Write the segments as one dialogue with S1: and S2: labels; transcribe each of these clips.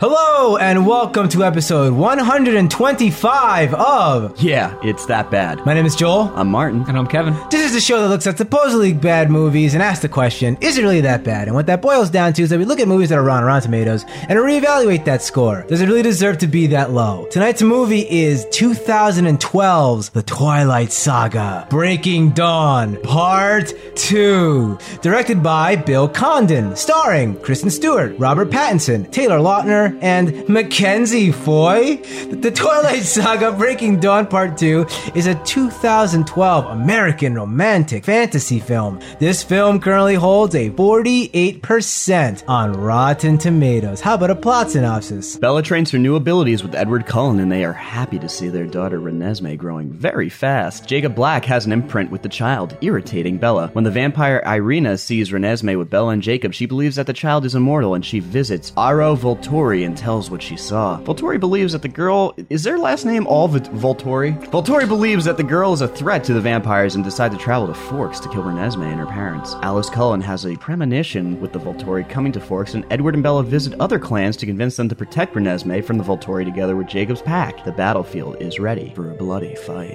S1: Hello and welcome to episode 125 of.
S2: Yeah, it's that bad.
S1: My name is Joel.
S2: I'm Martin.
S3: And I'm Kevin.
S1: This is the show that looks at supposedly bad movies and asks the question, is it really that bad? And what that boils down to is that we look at movies that are on Rotten Tomatoes and reevaluate that score. Does it really deserve to be that low? Tonight's movie is 2012's The Twilight Saga Breaking Dawn Part 2, directed by Bill Condon, starring Kristen Stewart, Robert Pattinson, Taylor Lautner, and Mackenzie Foy. The Twilight Saga Breaking Dawn Part 2 is a 2012 American romantic fantasy film. This film currently holds a 48% on Rotten Tomatoes. How about a plot synopsis?
S2: Bella trains her new abilities with Edward Cullen, and they are happy to see their daughter Renesmee growing very fast. Jacob Black has an imprint with the child, irritating Bella. When the vampire Irina sees Renesmee with Bella and Jacob, she believes that the child is immortal, and she visits Aro Voltori and tells what she saw. Voltori believes that the girl is their last name all Vit- Voltori. Voltori believes that the girl is a threat to the vampires and decides to travel to Forks to kill Renesmee and her parents. Alice Cullen has a premonition with the Voltori coming to Forks, and Edward and Bella visit other clans to convince them to protect Renesmee from the Voltori together with Jacob's pack. The battlefield is ready for a bloody fight.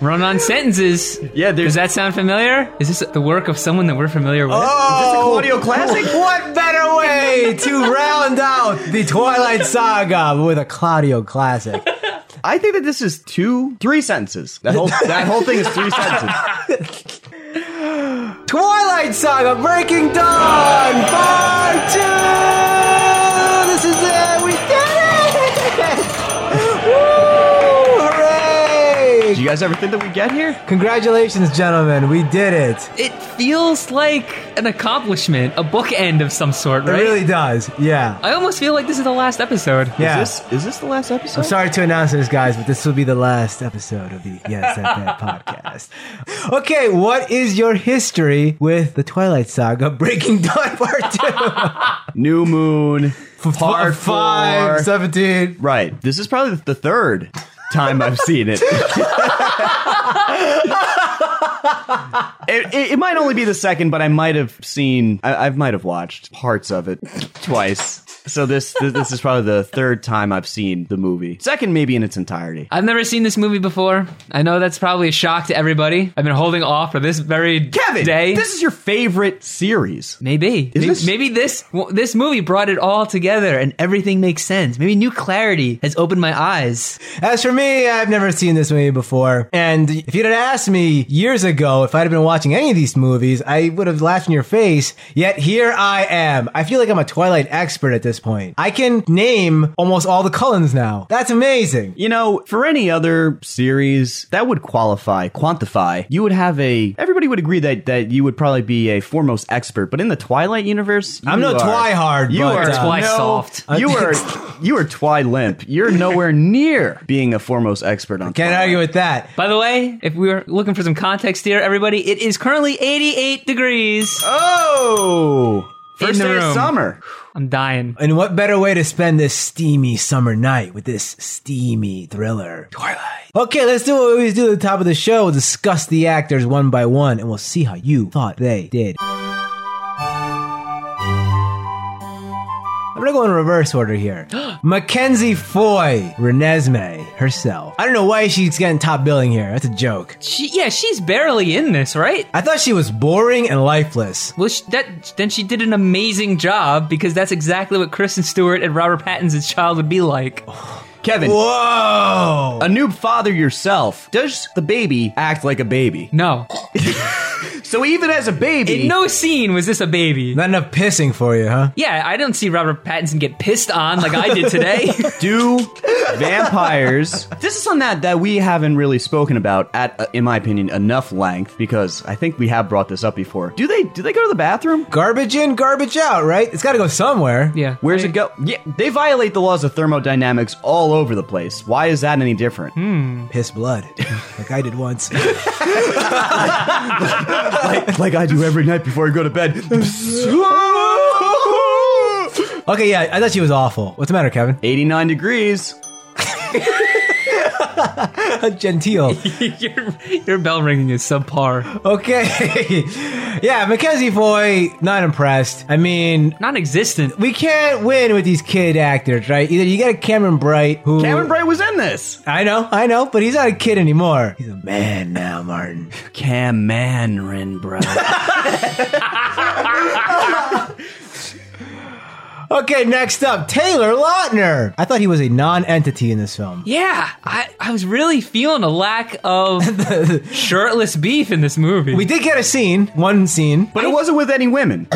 S3: Run on sentences.
S2: Yeah, there's-
S3: Does that sound familiar? Is this the work of someone that we're familiar with?
S1: Oh,
S2: Claudio classic?
S1: What better way to round out the Twilight Saga with a Claudio classic?
S2: I think that this is two, three sentences. That whole that whole thing is three sentences.
S1: Twilight Saga Breaking Dawn Part 2! This is it! We did it! Woo!
S2: Do
S1: Hooray!
S2: you guys ever think that we get here?
S1: Congratulations, gentlemen. We did it.
S3: It feels like an accomplishment, a bookend of some sort,
S1: It
S3: right?
S1: really does. Yeah.
S3: I almost feel like this is the last episode.
S1: Yeah.
S2: Is this is this the last episode?
S1: I'm sorry to announce this, guys, but this will be the last episode of the Yes That Bad podcast. Okay, what is your history with the Twilight Saga Breaking Dawn Part 2?
S2: New Moon Part
S1: five,
S2: Four.
S1: 17.
S2: Right. This is probably the third time I've seen it. It, it, it might only be the second, but I might have seen, I, I might have watched parts of it twice. So this, this this is probably the third time I've seen the movie. Second, maybe in its entirety.
S3: I've never seen this movie before. I know that's probably a shock to everybody. I've been holding off for this very
S2: Kevin,
S3: day.
S2: this is your favorite series.
S3: Maybe. Maybe
S2: this-
S3: this, maybe this well, this movie brought it all together and everything makes sense. Maybe new clarity has opened my eyes.
S1: As for me, I've never seen this movie before. And if you'd have asked me years ago if I'd have been watching any of these movies, I would have laughed in your face. Yet here I am. I feel like I'm a Twilight expert at this point. I can name almost all the Cullens now. That's amazing.
S2: You know, for any other series that would qualify, quantify, you would have a. Everybody would agree that that you would probably be a foremost expert, but in the Twilight universe,
S1: I'm
S2: you
S1: no
S2: are-
S1: Twihard,
S2: You
S1: but,
S2: are
S1: uh,
S3: Twi
S2: no,
S3: soft.
S2: You are you are Twi limp. You're nowhere near being a foremost expert on.
S1: Can't
S2: Twilight.
S1: argue with that.
S3: By the way, if we were looking for some context here, everybody, it is currently 88 degrees.
S2: Oh,
S3: In
S2: first
S3: the
S2: day of
S3: room.
S2: summer.
S3: I'm dying.
S1: And what better way to spend this steamy summer night with this steamy thriller, Twilight? Okay, let's do what we always do at the top of the show. We'll discuss the actors one by one, and we'll see how you thought they did. I'm gonna go in reverse order here. Mackenzie Foy, Renesmee herself. I don't know why she's getting top billing here. That's a joke.
S3: She, yeah, she's barely in this, right?
S1: I thought she was boring and lifeless.
S3: Well, she, that then she did an amazing job because that's exactly what Kristen Stewart and Robert Pattinson's child would be like.
S2: Kevin,
S1: Whoa!
S2: a noob father yourself. Does the baby act like a baby?
S3: No,
S2: So even as a baby,
S3: in no scene was this a baby.
S1: Not enough pissing for you, huh?
S3: Yeah, I don't see Robert Pattinson get pissed on like I did today.
S2: do vampires this is something that, that we haven't really spoken about at uh, in my opinion enough length because i think we have brought this up before do they do they go to the bathroom
S1: Garbage in, garbage out, right? It's gotta go somewhere.
S3: yeah,
S2: where's
S3: I-
S2: it go yeah they violate the laws of thermodynamics all over the place why is that any different
S1: piss blood, like I did once.
S2: like, like i do every night before i go to bed
S1: okay, yeah, I thought she was awful. What's the matter, Kevin?
S2: 89 degrees
S1: Genteel.
S3: your, your bell ringing is subpar,
S1: Okay. yeah, Mackenzie Foy, not impressed. I mean,
S3: non-existent.
S1: we can't win with these kid actors, right? Either you got a Cameron Bright who
S2: Cameron Bray was in this.
S1: I know, I know, but he's not a kid anymore. He's a man now, Martin.
S2: Cam Manrin, bro.
S1: Okay, next up, Taylor Lautner. I thought he was a non-entity in this film.
S3: Yeah, I, I was really feeling a lack of shirtless beef in this movie.
S1: We did get a scene, one scene,
S2: but it wasn't with any women.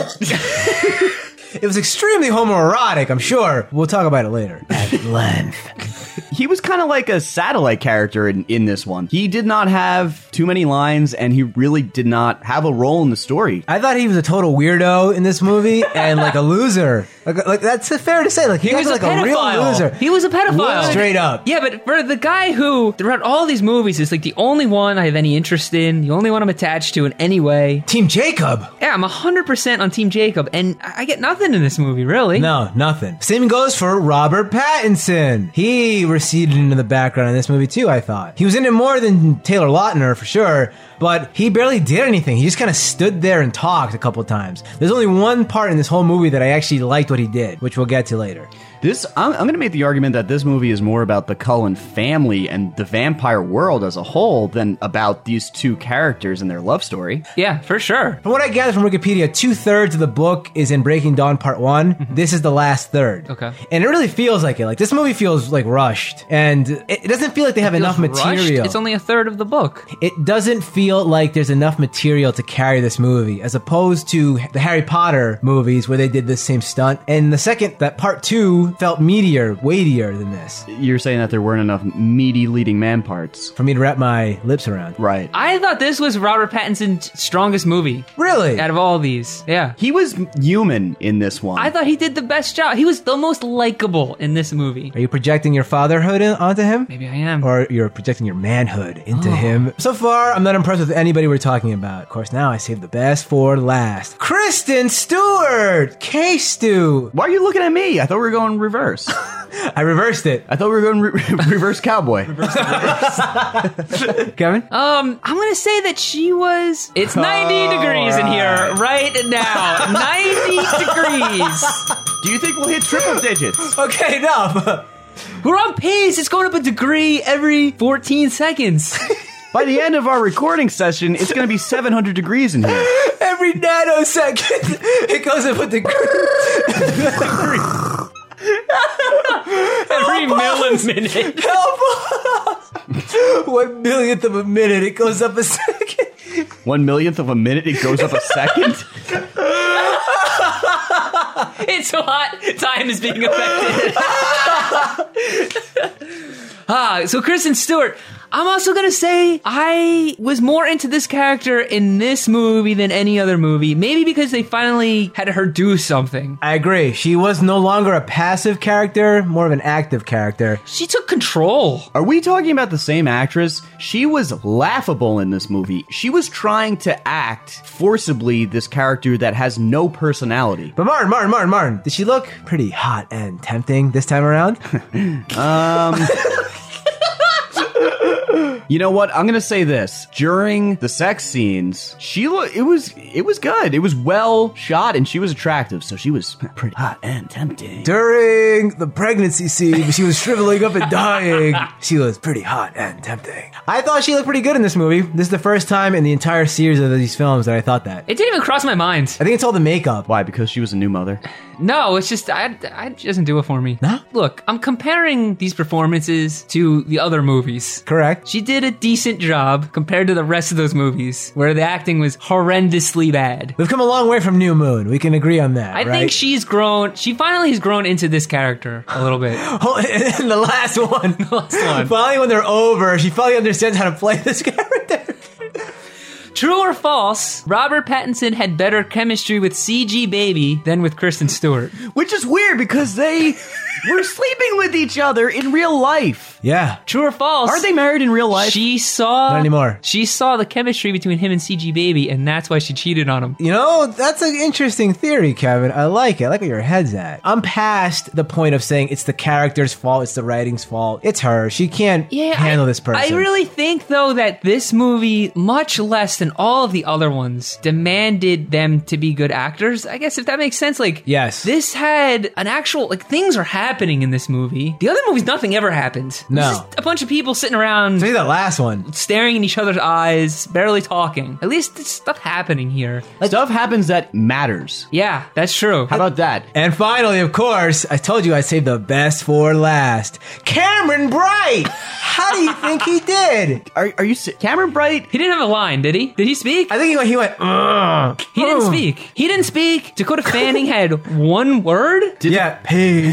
S1: It was extremely homoerotic, I'm sure. We'll talk about it later. At length.
S2: He was kind of like a satellite character in, in this one. He did not have too many lines, and he really did not have a role in the story.
S1: I thought he was a total weirdo in this movie and like a loser. Like, like that's fair to say. Like he,
S3: he was
S1: was, like
S3: a
S1: a real
S3: pedophile.
S1: loser.
S3: He was a pedophile.
S1: Straight up.
S3: Yeah, but for the guy who, throughout all these movies, is like the only one I have any interest in, the only one I'm attached to in any way.
S1: Team Jacob.
S3: Yeah, I'm 100% on Team Jacob, and I I get nothing in this movie, really.
S1: No, nothing. Same goes for Robert Pattinson. He receded into the background in this movie too, I thought. He was in it more than Taylor Lautner for sure, but he barely did anything. He just kind of stood there and talked a couple times. There's only one part in this whole movie that I actually liked what he did, which we'll get to later.
S2: This, I'm, I'm going to make the argument that this movie is more about the Cullen family and the vampire world as a whole than about these two characters and their love story.
S3: Yeah, for sure.
S1: From what I gather from Wikipedia, two thirds of the book is in Breaking Dawn Part One. This is the last third.
S3: Mm-hmm. Okay.
S1: And it really feels like it. Like this movie feels like rushed, and it, it doesn't feel like they have enough
S3: Feels rushed.
S1: material.
S3: It's only a third of the book.
S1: it doesn't feel like there's enough material to carry this movie as opposed to the Harry Potter movies where they did this same stunt and the second that part 2 felt meatier weightier than this
S2: You're saying that there weren't enough meaty leading man parts.
S1: for me to wrap my lips around
S2: Right.
S3: I thought this was Robert Pattinson's strongest movie
S1: really
S3: out of all these. Yeah.
S2: He was human in this one.
S3: I thought he did the best job. He was the most likable in this movie.
S1: are you projecting your fatherhood in, onto him
S3: Maybe I am.
S1: or you're projecting your manhood into him. So far, I'm not impressed with anybody we're talking about. Of course, now I save the best for last. Kristen Stewart! K Stu!
S2: Why are you looking at me? I thought we were going reverse.
S1: I reversed it.
S2: I thought we were going re- reverse cowboy.
S1: Kevin?
S3: Um, I'm gonna say that she was. It's 90 degrees in here right now. 90 degrees.
S2: Do you think we'll hit triple digits?
S1: Okay, enough!
S3: We're on pace. It's going up a degree every 14 seconds.
S2: By the end of our recording session, it's going to be 700 degrees in here.
S1: Every nanosecond, it goes up with the
S3: Every milliminute.
S1: one millionth of a minute. It goes up a second.
S2: One millionth of a minute, it goes up a second.
S3: It's a lot. Time is being affected. ah, so Kristen Stewart. I'm also gonna say I was more into this character in this movie than any other movie. Maybe because they finally had her do something.
S1: I agree. She was no longer a passive character, more of an active character.
S3: She took control.
S2: Are we talking about the same actress? She was laughable in this movie. She was trying to act forcibly this character that has no personality.
S1: But Martin, Martin, Martin, Martin, did she look pretty hot and tempting this time around?
S2: You know what? I'm going to say this. During the sex scenes, she lo- it was it was good. It was well shot and she was attractive, so she was pretty hot and tempting.
S1: During the pregnancy scene, she was shriveling up and dying. She was pretty hot and tempting. I thought she looked pretty good in this movie. This is the first time in the entire series of these films that I thought that.
S3: It didn't even cross my mind.
S1: I think it's all the makeup.
S2: Why? Because she was a new mother.
S3: No, it's just I, I it doesn't do it for me.
S1: No?
S3: Look, I'm comparing these performances to the other movies.
S1: Correct.
S3: She did a decent job compared to the rest of those movies where the acting was horrendously bad.
S1: We've come a long way from New Moon. We can agree on that.
S3: I
S1: right?
S3: think she's grown. She finally has grown into this character a little bit.
S1: Oh, and the last one.
S3: last one.
S1: Finally, when they're over, she finally understands how to play this character.
S3: True or false, Robert Pattinson had better chemistry with CG Baby than with Kristen Stewart.
S2: Which is weird because they were sleeping with each other in real life.
S3: off.
S1: Yeah.
S3: True or false?
S2: Aren't they married in real life?
S3: She saw
S1: Not anymore.
S3: She saw the chemistry between him and CG Baby, and that's why she cheated on him.
S1: You know, that's an interesting theory, Kevin. I like it. I like where your head's at. I'm past the point of saying it's the character's fault, it's the writing's fault, it's her. She can't handle
S3: I,
S1: this person.
S3: I really think though that this movie, much less than all of the other ones, demanded them to be good actors. I guess if that makes sense, like
S1: Yes.
S3: this had an actual like things are happening in this movie. The other movies, nothing ever happened.
S1: No.
S3: It's just a bunch of people sitting around.
S1: Maybe that last one.
S3: Staring in each other's eyes, barely talking. At least it's stuff happening here.
S2: Stuff happens that matters.
S3: Yeah, that's true.
S2: How about that?
S1: And finally, of course, I told you I saved the best for last. Cameron Bright! How do you think he did?
S2: Are, are you se- Cameron Bright?
S3: He didn't have a line, did he? Did he speak?
S1: I think he went, he went Ugh. Hmm.
S3: He didn't speak. He didn't speak. Dakota Fanning had one word.
S1: yeah, pain.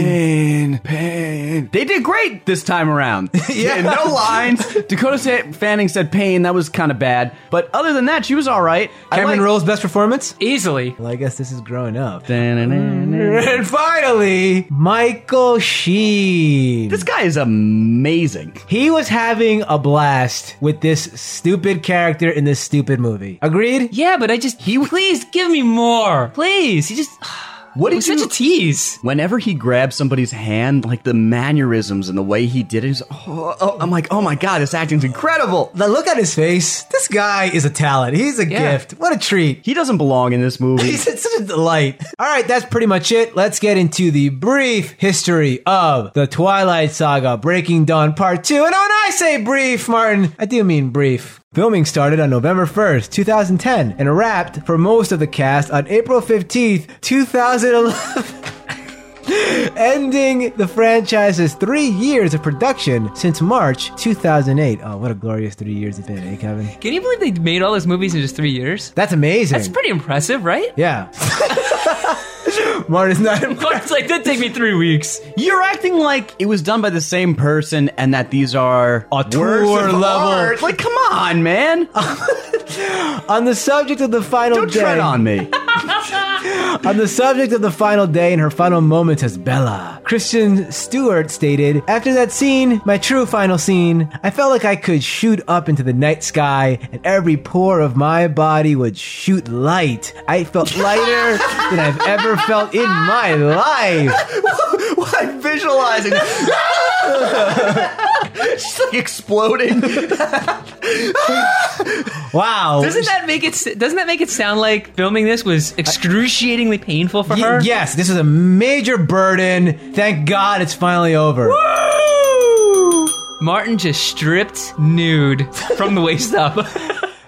S2: Pain, pain. They did great this time around.
S1: Yeah.
S2: no lines. Dakota Sa- Fanning said pain. That was kind of bad, but other than that, she was all right. I
S1: Cameron
S2: like-
S1: Roll's best performance?
S3: Easily.
S1: Well, I guess this is growing up.
S2: Da-na-na-na.
S1: And finally, Michael Sheen.
S2: This guy is amazing.
S1: He was having a blast with this stupid character in this stupid movie. Agreed?
S3: Yeah, but I just he please give me more. Please. He just
S2: What
S3: it was
S2: did you?
S3: such a tease.
S2: Whenever he grabbed somebody's hand, like the mannerisms and the way he did it, he's, oh, oh, I'm like, oh my god, this acting's incredible.
S1: The look at his face. This guy is a talent. He's a
S3: Yeah.
S1: gift. What a treat.
S2: He doesn't belong in this movie.
S1: He's such a delight. All right, that's pretty much it. Let's get into the brief history of the Twilight Saga Breaking Dawn Part 2. And when I say brief, Martin, I do mean brief. Filming started on November 1st, 2010, and wrapped for most of the cast on April 15th, 2011. ending the franchise's three years of production since March 2008. Oh, what a glorious three years it's been, eh, Kevin?
S3: Can you believe they made all those movies in just three years?
S1: That's amazing.
S3: That's pretty impressive, right?
S1: yeah. Martin's not impressed.
S3: But it's like that take me three weeks.
S2: You're acting like it was done by the same person and that these are
S1: Auteur
S2: works of
S1: level.
S2: art. Like, come on, man.
S1: On the subject of the final
S2: Don't
S1: day,
S2: tread on me.
S1: on the subject of the final day and her final moments as Bella, Christian Stewart stated, "After that scene, my true final scene, I felt like I could shoot up into the night sky, and every pore of my body would shoot light. I felt lighter than I've ever felt in my life."
S2: I'm visualizing. She's like exploding.
S1: Wow!
S3: Doesn't that make it? s- Doesn't that make it sound like filming this was excruciatingly painful for
S1: Y-
S3: her?
S1: yes, this is a major burden. Thank God it's finally over.
S3: Martin just stripped nude from the waist up.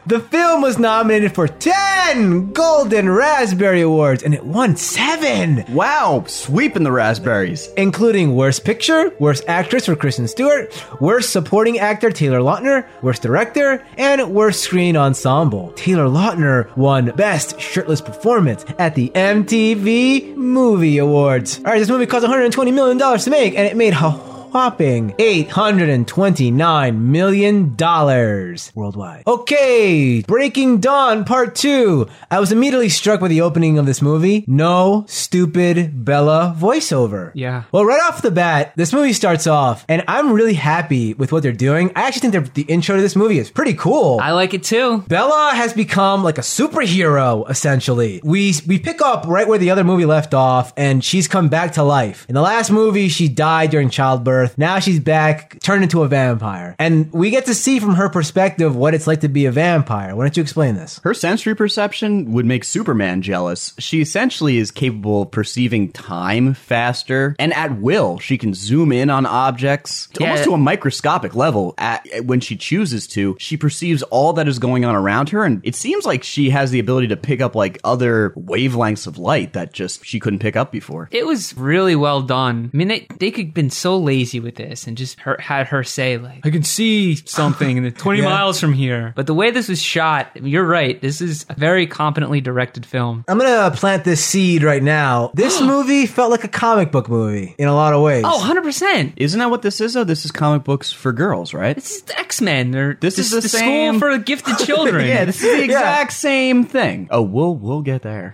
S1: The film was nominated for 10 Golden Raspberry Awards and it won 7,
S2: wow, sweeping the raspberries.
S1: including Worst Picture, Worst Actress for Kristen Stewart, Worst Supporting Actor Taylor Lautner, Worst Director, and Worst Screen Ensemble. Taylor Lautner won Best Shirtless Performance at the MTV Movie Awards. All right, this movie cost 120 million dollars to make and it made a whopping $829 million worldwide. Okay, Breaking Dawn Part 2. I was immediately struck by the opening of this movie. No stupid Bella voiceover.
S3: Yeah.
S1: Well, right off the bat, this movie starts off, and I'm really happy with what they're doing. I actually think that the intro to this movie is pretty cool.
S3: I like it too.
S1: Bella has become like a superhero essentially. We we pick up right where the other movie left off and she's come back to life. In the last movie she died during childbirth. Now she's back turned into a vampire. And we get to see from her perspective what it's like to be a vampire. Why don't you explain this?
S2: Her sensory perception would make Superman jealous. She essentially is capable of perceiving time faster, and at will, she can zoom in on objects
S3: Yeah.
S2: almost to a microscopic level. At, when she chooses to, she perceives all that is going on around her, and it seems like she has the ability to pick up like other wavelengths of light that just she couldn't pick up before.
S3: It was really well done. I mean, they they could have been so lazy with this and just her, had her say like, "I can see something in the twenty miles from here." But the way this was shot, you're right. This is a very competently directed film.
S1: I'm going to plant this seed right now. This movie felt like a comic book movie in a lot of ways.
S3: Oh, 100 percent.
S2: Isn't that what this is? Though this is comic books for girls, right?
S3: This is X Men.
S2: This is the
S3: the
S2: same-
S3: school for gifted children.
S2: yeah, this is the exact same thing. Oh, we'll we'll get there.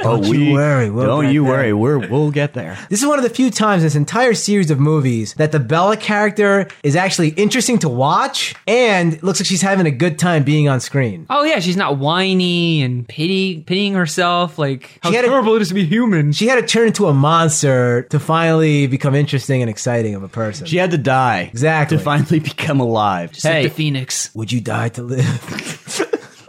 S1: Don't
S2: But
S1: you
S2: we-
S1: worry, we'll
S2: don't
S1: get
S2: you
S1: there.
S2: worry. We're, we'll get there.
S1: This is one of the few times in this entire series of movies that the Bella character is actually interesting to watch and looks like she's having a good time being on screen.
S3: Oh yeah, she's not whiny and pity pitying herself. Like how
S1: She had a-
S3: terrible it is to be human.
S1: She had to turn into a monster to finally become interesting and exciting of a person.
S2: She had to die
S1: Exactly.
S2: to finally become alive.
S3: Just like the phoenix.
S1: Would you die to live?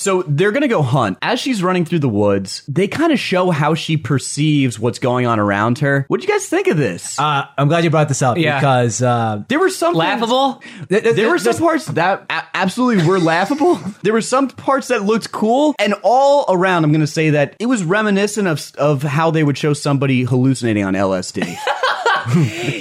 S2: So they're going to go hunt. As she's running through the woods, they kind of show how she perceives what's going on around her. What do you guys think of this?
S1: Uh, I'm glad you brought this up
S3: Yeah.
S1: because uh,
S2: there were some
S3: Laughable.
S1: th- th-
S2: There were some
S1: th-
S2: parts that a- absolutely were laughable. There were some parts that looked cool, and all around, I'm going to say that it was reminiscent of of how they would show somebody hallucinating on LSD.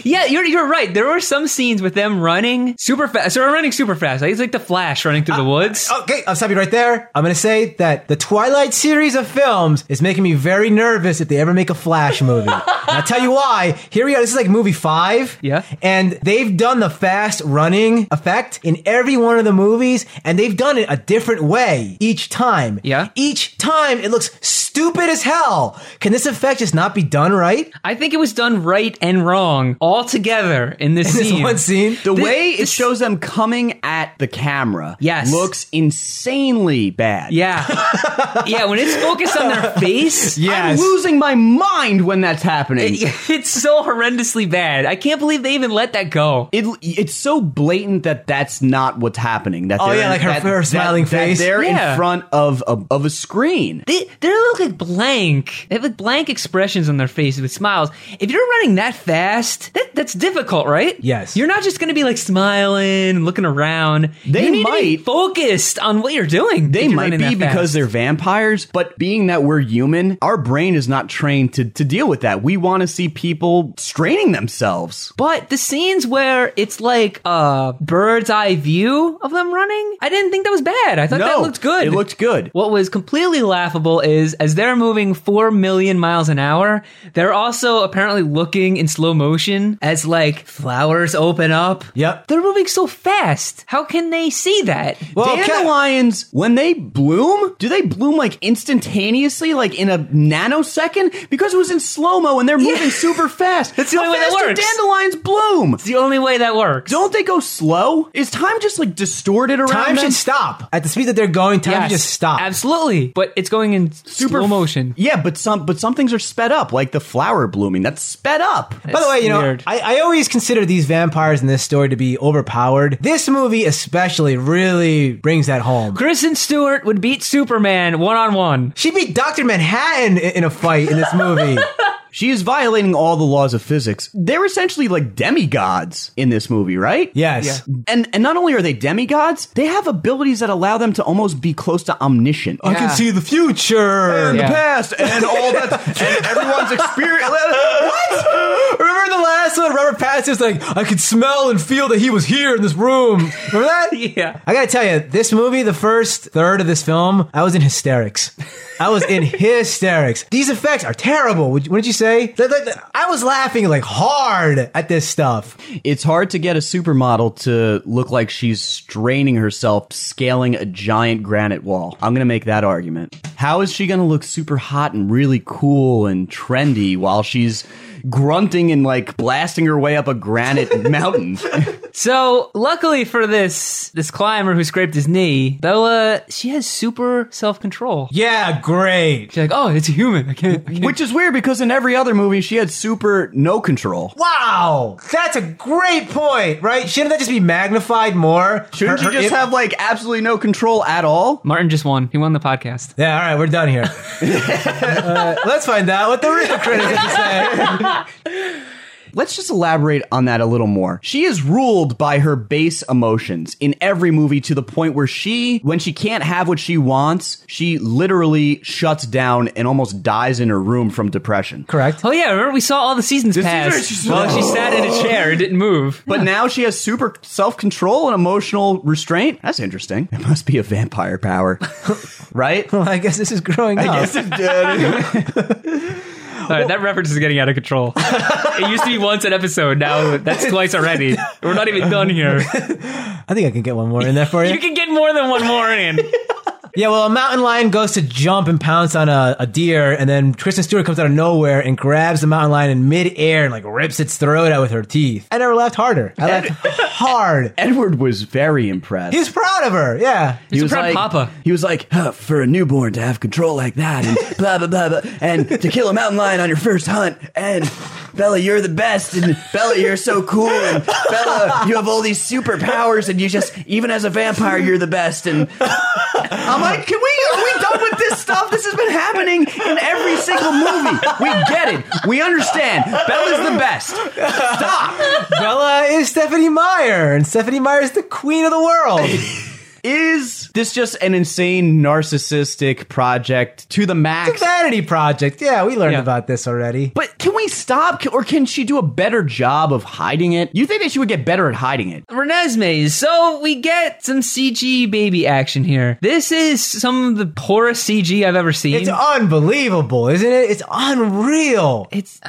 S3: Yeah, you're you're right. There were some scenes with them running super fast. So they're running super fast. Like, it's like the Flash running through the woods.
S1: Okay, I'll stop you right there. I'm going to say that the Twilight series of films is making me very nervous if they ever make a Flash movie. and I'll tell you why. Here we are. This is like movie five.
S3: Yeah.
S1: And they've done the fast running effect in every one of the movies, and they've done it a different way each time.
S3: Yeah.
S1: Each time it looks stupid as hell. Can this effect just not be done right?
S3: I think it was done right and wrong all together in this
S1: This
S3: scene.
S1: one scene.
S2: The
S3: Thi-
S2: way it
S3: this-
S2: shows them coming at the camera,
S3: Yes.
S2: looks insanely bad.
S3: Yeah, yeah. When it's focused on their face,
S1: Yes.
S2: I'm losing my mind when that's happening.
S3: Eh, it's so horrendously bad. I can't believe they even let that go.
S2: it it's so blatant that that's not what's happening. That
S1: Oh,
S2: they're-
S1: yeah, like her-
S2: that-
S1: her
S2: that-
S1: smiling
S2: that
S1: face.
S2: they're
S3: Yeah.
S2: in front of a, of a screen.
S3: They they look like blank. They have like blank expressions on their faces with smiles. If you're running that fast, that that's difficult, right?
S1: Yes.
S3: You're not just going to be like smiling, looking around.
S2: They
S3: You need to be
S2: might-
S3: focused on what you're doing.
S2: They
S3: if you're
S2: might
S3: running
S2: be
S3: that fast.
S2: because they're vampires, but being that we're human, our brain is not trained to, to deal with that. We want to see people straining themselves.
S3: But the scenes where it's like a bird's eye view of them running, I didn't think that was bad. I thought that
S2: no,
S3: looked good.
S2: It looked good.
S3: What was completely laughable is as they're moving 4 million miles an hour, they're also apparently looking in slow motion as like flowers open up.
S1: Yep.
S3: They're moving so fast. How can they see that?
S1: Well, okay.
S2: Dandelions, when they bloom, do they bloom like instantaneously, like in a nanosecond? Because it was in slow mo and they're moving super fast.
S3: That's the
S2: How
S3: only way that
S2: fast do
S3: works.
S2: Dandelions bloom.
S3: It's the only way that works.
S2: Don't they go slow? Is time just like distorted around?
S1: Time
S2: them?
S1: should stop. At the speed that they're going, time
S3: Yes,
S1: should just stop.
S3: Absolutely. But it's going in super slow motion.
S2: Yeah, but some but some things are sped up, like the flower blooming. That's sped up.
S1: By the
S3: It's
S1: way, you
S3: weird.
S1: know, I, I always consider these vampires in this story to be overpowered. This movie especially really brings that home.
S3: Kristen Stewart would beat Superman one on one.
S1: She beat Dr. Manhattan i- in a fight in this movie.
S2: She is violating all the laws of physics. They're essentially like demigods in this movie, right?
S1: Yes.
S2: And and not only are they demigods, they have abilities that allow them to almost be close to omniscient.
S1: I can see the future.
S2: And
S3: Yeah.
S2: the past and all that and everyone's experience. what?
S1: Remember the last one? Robert Pattinson's like, I could smell and feel that he was here in this room. Remember that?
S3: Yeah.
S1: I gotta tell you, this movie, the first third of this film, I was in hysterics. I was in hysterics. These effects are terrible. Would you- Wouldn't you say? Th- th- th- I was laughing like hard at this stuff.
S2: It's hard to get a supermodel to look like she's straining herself scaling a giant granite wall. I'm going to make that argument. How is she going to look super hot and really cool and trendy while she's grunting and like blasting her way up a granite mountain?
S3: So luckily for this this climber who scraped his knee, Bella she has super self control.
S1: Yeah, great.
S3: She's like, oh, it's a human. I can't. I can't.
S2: Which is weird because in every other movie she had super no control.
S1: Wow, that's a great point, right? Shouldn't that just be magnified more?
S2: Shouldn't
S1: Her-
S2: you
S1: her
S2: just
S1: im-
S2: have like absolutely no control at all?
S3: Martin just won. He won the podcast.
S1: Yeah, all right, we're done here. Uh, let's find out what the real critics have to say.
S2: Let's just elaborate on that a little more. She is ruled by her base emotions in every movie to the point where she, when she can't have what she wants, she literally shuts down and almost dies in her room from depression.
S1: Correct.
S3: Oh yeah, remember we saw all the seasons
S2: This
S3: pass.
S2: season, she's-
S3: well, she sat in a chair and didn't move.
S2: But now she has super self control and emotional restraint. That's interesting. It must be a vampire power, right?
S1: Well, I guess this is growing up.
S2: I guess it did.
S3: All right, that reference is getting out of control. it used to be once an episode. Now that's twice already. We're not even done here.
S1: I think I can get one more in there for you.
S3: You can get more than one more in.
S1: Yeah, well, a mountain lion goes to jump and pounce on a, a deer, and then Kristen Stewart comes out of nowhere and grabs the mountain lion in midair and like rips its throat out with her teeth. I never laughed harder. I laughed hard.
S2: Edward was very impressed.
S1: He's proud of her. Yeah.
S3: He's
S2: he
S3: a
S2: was
S3: proud
S2: like,
S3: papa.
S2: He was like, huh, for a newborn to have control like that, and blah blah blah, blah and to kill a mountain lion on your first hunt, and Bella, you're the best, and Bella, you're so cool, and Bella, you have all these superpowers, and you just, even as a vampire, you're the best. And I'm like, can we? Are we done with this stuff? This has been happening in every single movie. We get it. We understand. Bella's the best. Stop.
S1: Bella is Stephanie Meyer, and Stephanie Meyer is the queen of the world.
S2: Is this just an insane narcissistic project to the max?
S1: Vanity Project. Yeah, we learned
S3: Yeah.
S1: about this already.
S2: But can we stop, or can she do a better job of hiding it? You think that she would get better at hiding it?
S3: Renesmees. So we get some CG baby action here. This is some of the poorest CG I've ever seen.
S1: It's unbelievable, isn't it? It's unreal.
S3: It's-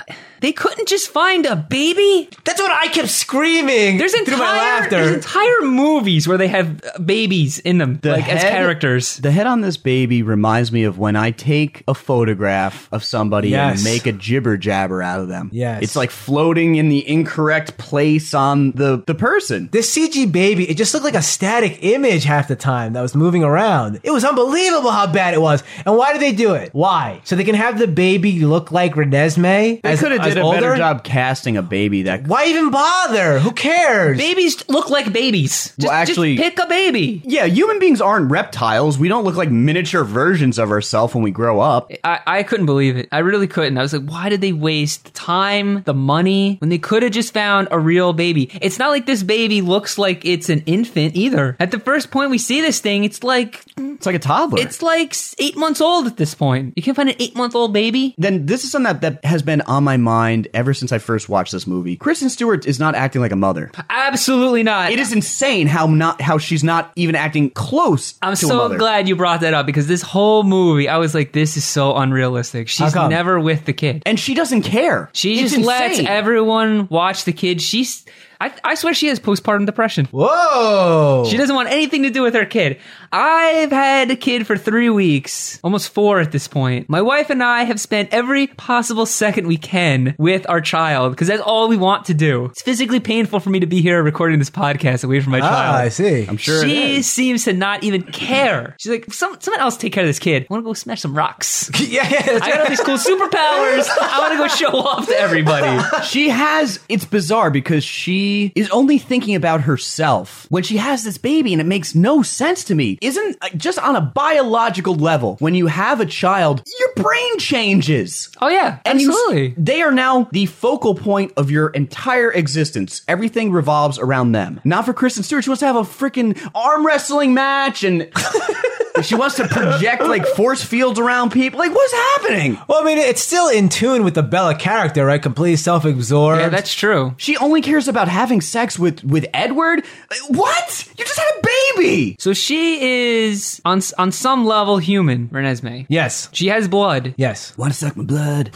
S3: they couldn't just find a baby.
S1: That's what I kept screaming
S3: There's
S1: through my
S3: entire
S1: laughter.
S3: there's entire movies where they have uh, babies in them, like as
S2: head-
S3: characters.
S2: The head on this baby reminds me of when I take a photograph of somebody
S1: Yes.
S2: and make a jibber jabber out of them.
S1: Yes.
S2: It's like floating in the incorrect place on the, the person.
S1: this CG baby, it just looked like a static image half the time that was moving around. It was unbelievable how bad it was. And why did they do it? Why? So they can have the baby look like Renesmee
S2: They
S1: as,
S2: could have
S1: as
S2: did a
S1: older?
S2: better job casting a baby that.
S1: Why even bother? Who cares?
S3: Babies look like babies. Just,
S2: Well, actually-
S3: just pick a baby.
S2: Yeah, human beings aren't reptiles. We don't look like miniature versions of ourselves when we grow up.
S3: I, I couldn't believe it. I really couldn't. I was like, why did they waste the time, the money, when they could have just found a real baby? It's not like this baby looks like it's an infant either. At the first point we see this thing, it's like
S2: It's like a toddler.
S3: it's like s- eight months old at this point. You can't find an eight month old baby.
S2: then this is something that, that has been on my mind ever since I first watched this movie. Kristen Stewart is not acting like a mother.
S3: Absolutely not.
S2: It is insane how not how she's not even acting close.
S3: I'm
S2: to a
S3: so
S2: mother.
S3: glad you brought that up because this whole movie, I was like, this is so unrealistic. She's
S1: come?
S3: never with the kid.
S2: and she doesn't care.
S3: She
S2: It's
S3: just lets
S2: insane.
S3: everyone watch the kid. She's, I, I swear, she has postpartum depression.
S1: Whoa.
S3: She doesn't want anything to do with her kid. I've had a kid for three weeks, almost four at this point. My wife and I have spent every possible second we can with our child because that's all we want to do. It's physically painful for me to be here recording this podcast away from my
S1: ah, I
S3: child.
S1: see.
S2: I'm sure. it
S3: she
S2: is.
S3: seems to not even care. She's like, Some, someone else take care of this kid. I want to go smash some rocks.
S1: yeah, yeah, that's
S3: I got all
S1: right.
S3: these cool superpowers. I want to go show off to everybody.
S2: She has. It's bizarre because she is only thinking about herself when she has this baby, and it makes no sense to me. Isn't like, just on a biological level when you have a child, your brain changes.
S3: Oh yeah,
S2: And you-
S3: absolutely.
S2: they are now the focal point of your entire existence. Everything revolves around them. Not for Kristen Stewart. She wants to have a freaking arm wrestling match and she wants to project like force fields around people. Like, what's happening?
S1: Well, I mean, it's still in tune with the Bella character, right? Completely self-absorbed.
S3: yeah, that's true.
S2: She only cares about having sex with with Edward. What? You just had a baby.
S3: So she is on on some level human, Renesmee.
S1: yes.
S3: She has blood.
S1: Yes.
S2: Want to suck my blood?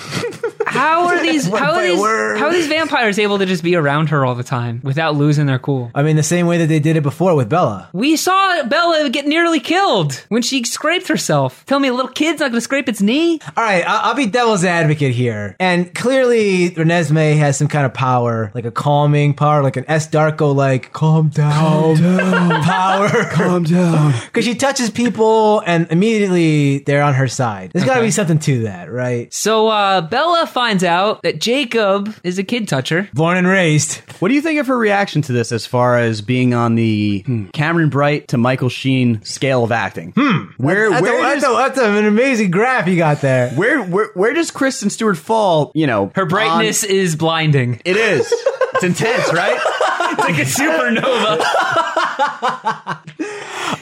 S3: How are these how are
S2: by
S3: these
S2: word.
S3: how are these vampires able to just be around her all the time without losing their cool?
S1: I mean, the same way that they did it before with Bella.
S3: We saw Bella get nearly killed when she scraped herself. Tell me a little kid's not gonna scrape its knee?
S1: All right, I- I'll be devil's advocate here. And clearly, Renesmee has some kind of power, like a calming power, like an S. Darko, like, calm down, power.
S2: Calm down.
S1: Because she touches people and immediately they're on her side. There's got to
S3: Okay.
S1: be something to that, right?
S3: So uh Bella finds out that Jacob is a kid toucher.
S1: Born and raised.
S2: What do you think of her reaction to this as far as being on the hmm, Cameron Bright to Michael Sheen scale of acting? Hmm. Where
S1: That's,
S2: where
S1: a,
S2: does,
S1: that's, a, that's a- an amazing graph you got there.
S2: where, where where does Kristen Stewart fall, you know?
S3: Her brightness
S2: on-
S3: is blinding.
S2: it is. It's intense, right?
S3: It's like a supernova.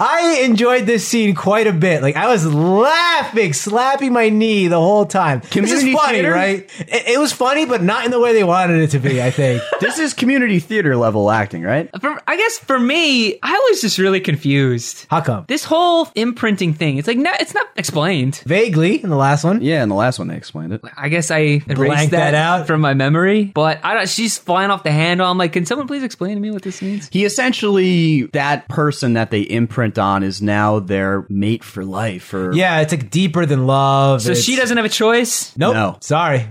S1: I enjoyed this scene quite a bit. Like, I was laughing, slapping my knee the whole time. this
S2: Community
S1: is funny,
S2: theater?
S1: right? It, it was funny, but not in the way they wanted it to be, I think.
S2: This is community theater level acting, right?
S3: For, I guess for me, I was just really confused.
S1: How come?
S3: This whole imprinting thing, it's like, no, it's not explained.
S1: Vaguely in the last one.
S2: Yeah, in the last one they explained it.
S3: I guess I erased
S1: Blank that out.
S3: from my memory, but I don't, she's flying off the handle. I'm like, can someone please explain to me what this means?
S2: He essentially that person that they imprint on is now their mate for life. Or
S1: Yeah, it's like deeper than love.
S3: So she
S1: It's-
S3: doesn't have a choice.
S1: Nope.
S2: No.
S1: Sorry.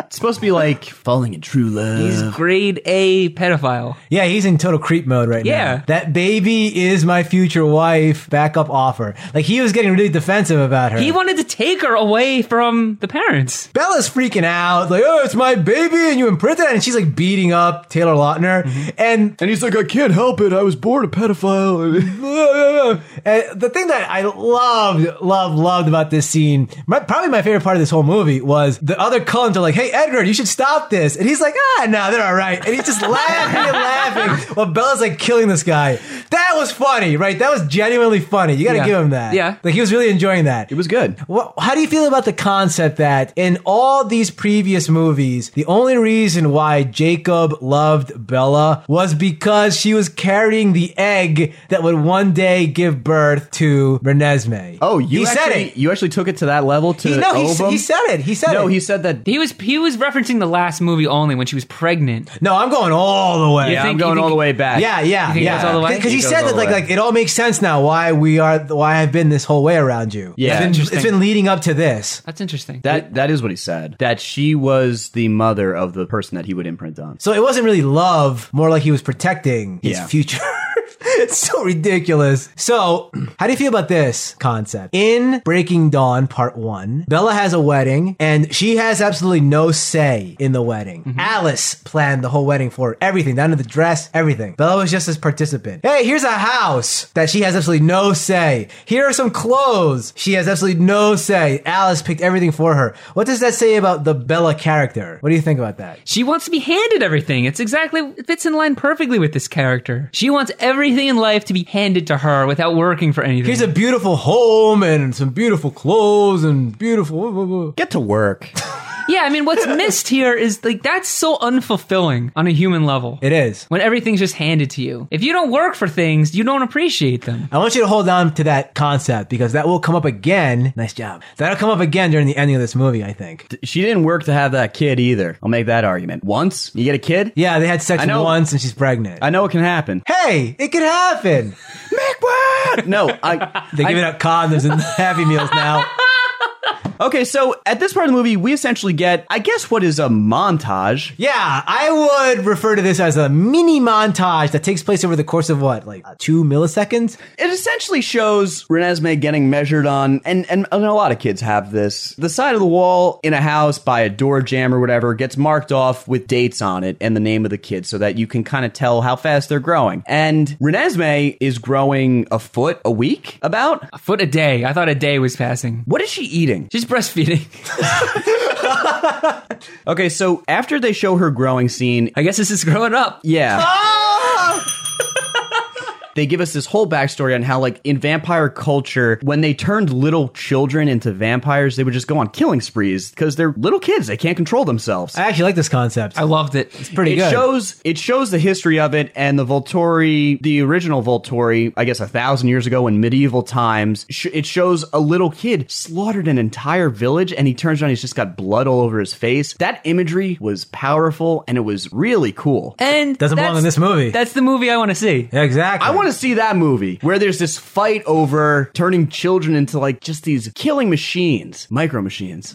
S2: it's supposed to be like falling in true love.
S3: He's grade A pedophile.
S1: Yeah, he's in total creep mode right now.
S3: Yeah.
S1: That baby is my future wife. Backup offer. Like he was getting really defensive about her.
S3: He wanted to take her away from the parents.
S1: Bella's freaking out, like, oh, it's my baby, and you imprinted it. And she's like beating up Taylor Lautner. And,
S2: Mm-hmm. and he's like, I can't help it. I was born a pedophile.
S1: and the thing that I loved, loved, loved about this scene, my, probably my favorite part of this whole movie, was the other Cullens are like, hey, Edgar, you should stop this. And he's like, ah, no, they're all right. And he's just laughing and laughing while Bella's like killing this guy. That was funny, right? That was genuinely funny. You got to
S3: Yeah.
S1: give him that.
S3: Yeah.
S1: Like, he was really enjoying that.
S2: it was good.
S1: What, how do you feel about the concept that in all these previous movies, the only reason why Jacob loved Bella was because she was carrying the egg that would one day give birth to Renesmee?
S2: Oh, you
S1: he
S2: actually,
S1: said it.
S2: You actually took it to that level to
S1: He, no, he,
S2: Obum?
S1: s- he said it. He said
S2: no,
S1: it.
S2: he said that.
S3: He was he was referencing the last movie only when she was pregnant.
S1: no, I'm going all the way.
S2: Yeah,
S3: think-
S2: I'm
S3: you
S2: going
S3: think-
S2: all the way back.
S1: Yeah, yeah,
S3: You think it
S1: yeah.
S3: goes all the way?
S1: Because he
S2: It goes
S1: said
S2: all
S1: that
S2: the
S1: like
S2: way.
S1: like it all makes sense now why we are why I've been this whole way around you.
S2: Yeah.
S1: It's been-
S3: Interesting.
S1: it's been leading up to this.
S3: That's interesting.
S2: That that is what he said. That she was the mother of the person that he would imprint on.
S1: So it wasn't really love, more like he was protecting his
S2: Yeah.
S1: future. it's so ridiculous. So, how do you feel about this concept? In Breaking Dawn Part 1, Bella has a wedding and she has absolutely no say in the wedding. Alice planned the whole wedding for her, everything, down to the dress, everything. Bella was just this participant. Hey, here's a house that she has absolutely no say. Here are some clothes. She has absolutely no say. Alice picked everything for her. What does that say about the Bella character? What do you think about that?
S3: She wants to be handed everything. It's exactly it fits in line perfectly with this character. She wants everything in life to be handed to her without working for anything.
S1: Here's a beautiful home and some beautiful clothes and beautiful.
S2: Get to work.
S3: yeah, I mean, what's missed here is like that's so unfulfilling on a human level.
S1: It is.
S3: when everything's just handed to you. If you don't work for things, you don't appreciate them.
S1: I want you to hold on to that concept because that will come up again. Nice job. That'll come up again during the ending of this movie, I think.
S2: she didn't work to have that kid either. I'll make that argument. Once you get a kid,
S1: Yeah, they had sex
S2: I know.
S1: once and she's pregnant.
S2: I know it can happen.
S1: hey, it could happen.
S2: no, I.
S1: They're giving out condoms and Happy Meals now.
S2: Okay, so at this part of the movie, we essentially get, I guess, what is a montage.
S1: Yeah, I would refer to this as a mini montage that takes place over the course of what, like uh, two milliseconds?
S2: It essentially shows Renesmee getting measured on, and, and and a lot of kids have this. The side of the wall in a house by a door jamb or whatever gets marked off with dates on it and the name of the kid, so that you can kind of tell how fast they're growing. And Renesmee is growing a foot a week. About
S3: A foot a day. I thought a day was passing.
S2: what is she eating?
S3: She's breastfeeding.
S2: Okay, so after they show her growing scene,
S3: I guess this is growing up.
S2: Yeah. They give us this whole backstory on how, like, in vampire culture, when they turned little children into vampires, they would just go on killing sprees because they're little kids; they can't control themselves.
S1: I actually like this concept.
S3: I loved it. It's pretty.
S1: pretty
S2: it
S1: good.
S2: shows it shows the history of it and the Volturi, the original Volturi, I guess a thousand years ago in medieval times. Sh- it shows a little kid slaughtered an entire village, and he turns around, he's just got blood all over his face. That imagery was powerful, and it was really cool.
S3: And
S1: Doesn't belong
S3: that's-
S1: in this movie.
S3: That's the movie I want to see.
S1: exactly.
S2: I want to see that movie where there's this fight over turning children into like just these killing machines, micro machines.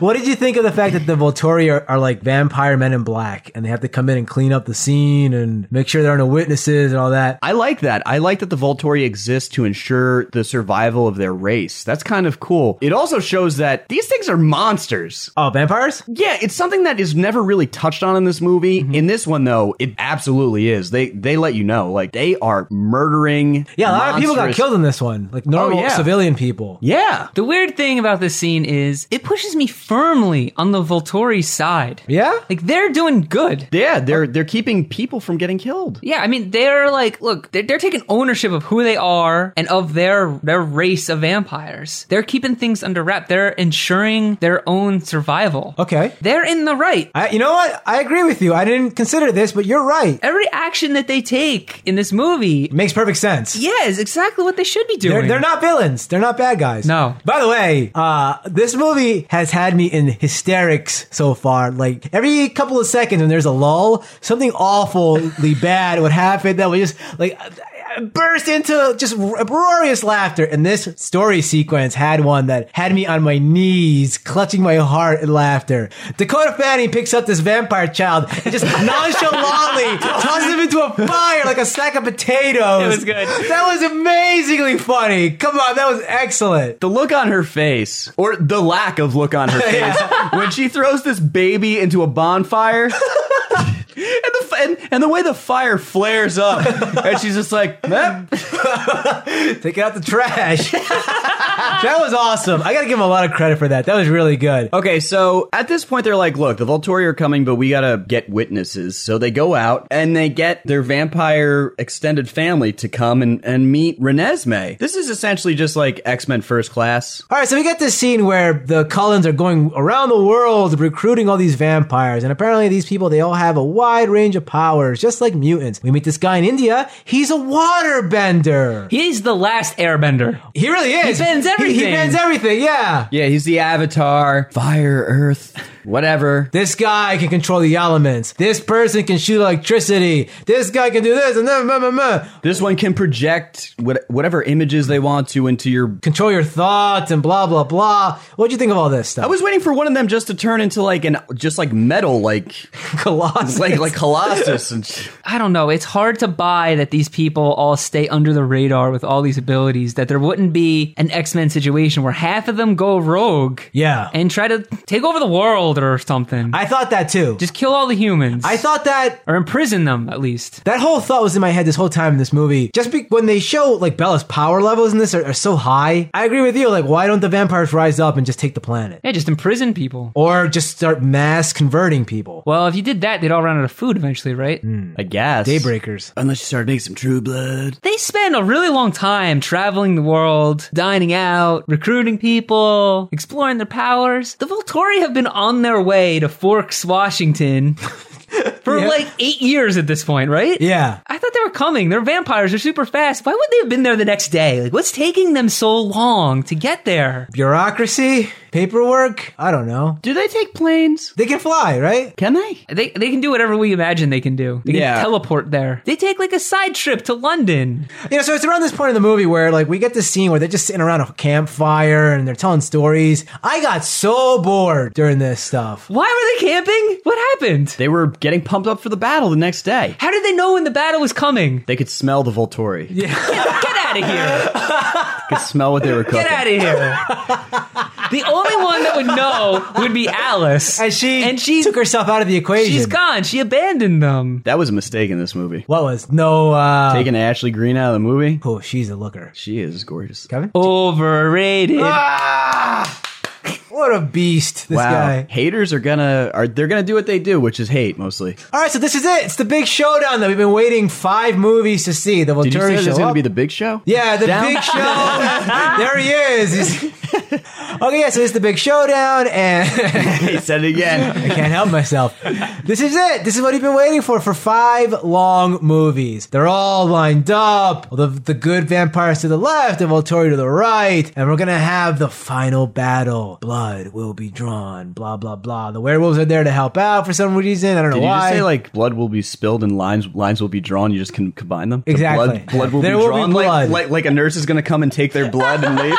S1: What did you think of the fact that the Volturi are, are like vampire men in black and they have to come in and clean up the scene and make sure there are no witnesses and all that?
S2: I like that. I like that the Volturi exist to ensure the survival of their race. That's kind of cool. It also shows that these things are monsters.
S1: Oh, vampires?
S2: Yeah, it's something that is never really touched on in this movie.
S1: Mm-hmm.
S2: In this one though, it absolutely is. They they let you know like they are murdering
S1: Yeah, a lot of people got
S2: monstrous-
S1: killed in this one, like normal
S2: Oh, yeah.
S1: civilian people.
S2: Yeah.
S3: The weird thing about this scene is it pushes me firmly on the Volturi side.
S1: Yeah?
S3: Like they're doing good.
S2: Yeah, they're they're keeping people from getting killed.
S3: Yeah, I mean they're like, look, they're, they're taking ownership of who they are and of their their race of vampires. They're keeping things under wrap. They're ensuring their own survival.
S1: Okay.
S3: They're in the right.
S1: I, you know what? I agree with you. I didn't consider this, but you're right.
S3: Every action that they take in this movie,
S1: It makes perfect sense.
S3: yeah, is exactly what they should be doing.
S1: They're, they're not villains. They're not bad guys.
S3: No.
S1: By the way, uh, this movie has had me in hysterics so far. Like every couple of seconds, when there's a lull, something awfully bad would happen that would just like. I- I- burst into just uproarious laughter. And this story sequence had one that had me on my knees, clutching my heart in laughter. Dakota Fanning picks up this vampire child and just nonchalantly tosses him into a fire like a sack of potatoes.
S3: It was good.
S1: That was amazingly funny. Come on, that was excellent.
S2: The look on her face, or the lack of look on her face, when she throws this baby into a bonfire. And the, f- and, and the way the fire flares up, and she's just like, "Eh,
S1: Take out the trash. that was awesome. I gotta give him a lot of credit for that. That was really good.
S2: Okay, so at this point, they're like, look, the Volturi are coming, but we gotta get witnesses. So they go out and they get their vampire extended family to come and, and meet Renesmee. This is essentially just like X Men First Class.
S1: All right, so we get this scene where the Cullens are going around the world recruiting all these vampires, and apparently these people they all have a wide range of powers, just like mutants. We meet this guy in India. He's a waterbender. He,
S3: He's the last airbender.
S1: he really is.
S3: He bends
S1: He,
S3: everything.
S1: bends everything. Yeah.
S2: Yeah, he's the Avatar, Fire, Earth, whatever.
S1: This guy can control the elements. This person can shoot electricity. This guy can do this and then blah, blah, blah.
S2: This one can project what, whatever images they want to into your.
S1: control your thoughts and blah blah blah. What'd you think of all this stuff?
S2: I was waiting for one of them just to turn into like an just like metal, like
S1: Colossus.
S2: like like Colossus and.
S3: I don't know. It's hard to buy that these people all stay under the radar with all these abilities, that there wouldn't be an X Men situation where half of them go rogue
S1: yeah.
S3: and try to take over the world or something.
S1: I thought that too.
S3: Just kill all the humans.
S1: I thought that
S3: or imprison them, at least.
S1: that whole thought was in my head this whole time in this movie. Just be- when they show like Bella's power levels in this are, are so high, I agree with you. Like, why don't the vampires rise up and just take the planet,
S3: Yeah, just imprison people.
S1: or just start mass converting people?
S3: Well, if you did that, they'd all run out of food eventually, right?
S2: I guess.
S1: Daybreakers.
S2: Unless you start making some true blood.
S3: They spend a really long time traveling the world, dining out, recruiting people, exploring their powers. The Volturi have been on their way to Forks, Washington for
S1: Yeah.
S3: like eight years at this point, right?
S1: Yeah.
S3: I thought they were coming. They're vampires. They're super fast. Why would they have been there the next day? Like, what's taking them so long to get there?
S1: Bureaucracy, paperwork. I don't know.
S2: Do they take planes?
S1: They can fly, right?
S2: Can they?
S3: They, they can do whatever we imagine they can do. They can
S2: Yeah.
S3: teleport there. They take like a side trip to London.
S1: You know, so it's around this point in the movie where like we get this scene where they're just sitting around a campfire and they're telling stories. I got so bored during this stuff.
S3: Why were they camping? What happened?
S2: They were getting pumped up for the battle the next day.
S3: How did they know when the battle was coming?
S2: They could smell the Volturi. Yeah.
S3: Get out of here.
S2: Could smell what they were cooking.
S3: Get out of here. the only one that would know would be Alice.
S1: And she
S3: and she
S1: took herself out of the equation.
S3: she's gone. She abandoned them.
S2: That was a mistake in this movie.
S1: What was no? uh
S2: Taking Ashley Green out of the movie.
S1: Oh, she's a looker.
S2: She is gorgeous.
S1: Kevin,
S3: Overrated.
S1: Ah. what a beast this
S2: wow.
S1: guy.
S2: Haters are gonna are they're gonna do what they do, which is hate mostly.
S1: All right, so this is it. It's the big showdown that we've been waiting five movies to see. The Volturi
S2: Did you say this
S1: show
S2: is gonna
S1: up.
S2: be the big show?
S1: Yeah, the
S2: Down-
S1: big show. there he is. He's- okay, yeah, so it's the big showdown, and
S2: he said it again.
S1: I can't help myself. This is it. This is what you've been waiting for for five long movies. They're all lined up. The, the good vampires to the left and Volturi to the right. And we're going to have the final battle. Blood will be drawn. Blah, blah, blah. The werewolves are there to help out for some reason. I don't know
S2: Did you
S1: why.
S2: just say like blood will be spilled and lines lines will be drawn? You just can combine them. The
S1: Exactly.
S2: blood, blood will
S1: There
S2: be
S1: will be
S2: drawn.
S1: blood.
S2: Like, like like a nurse is gonna come and take their blood and leave.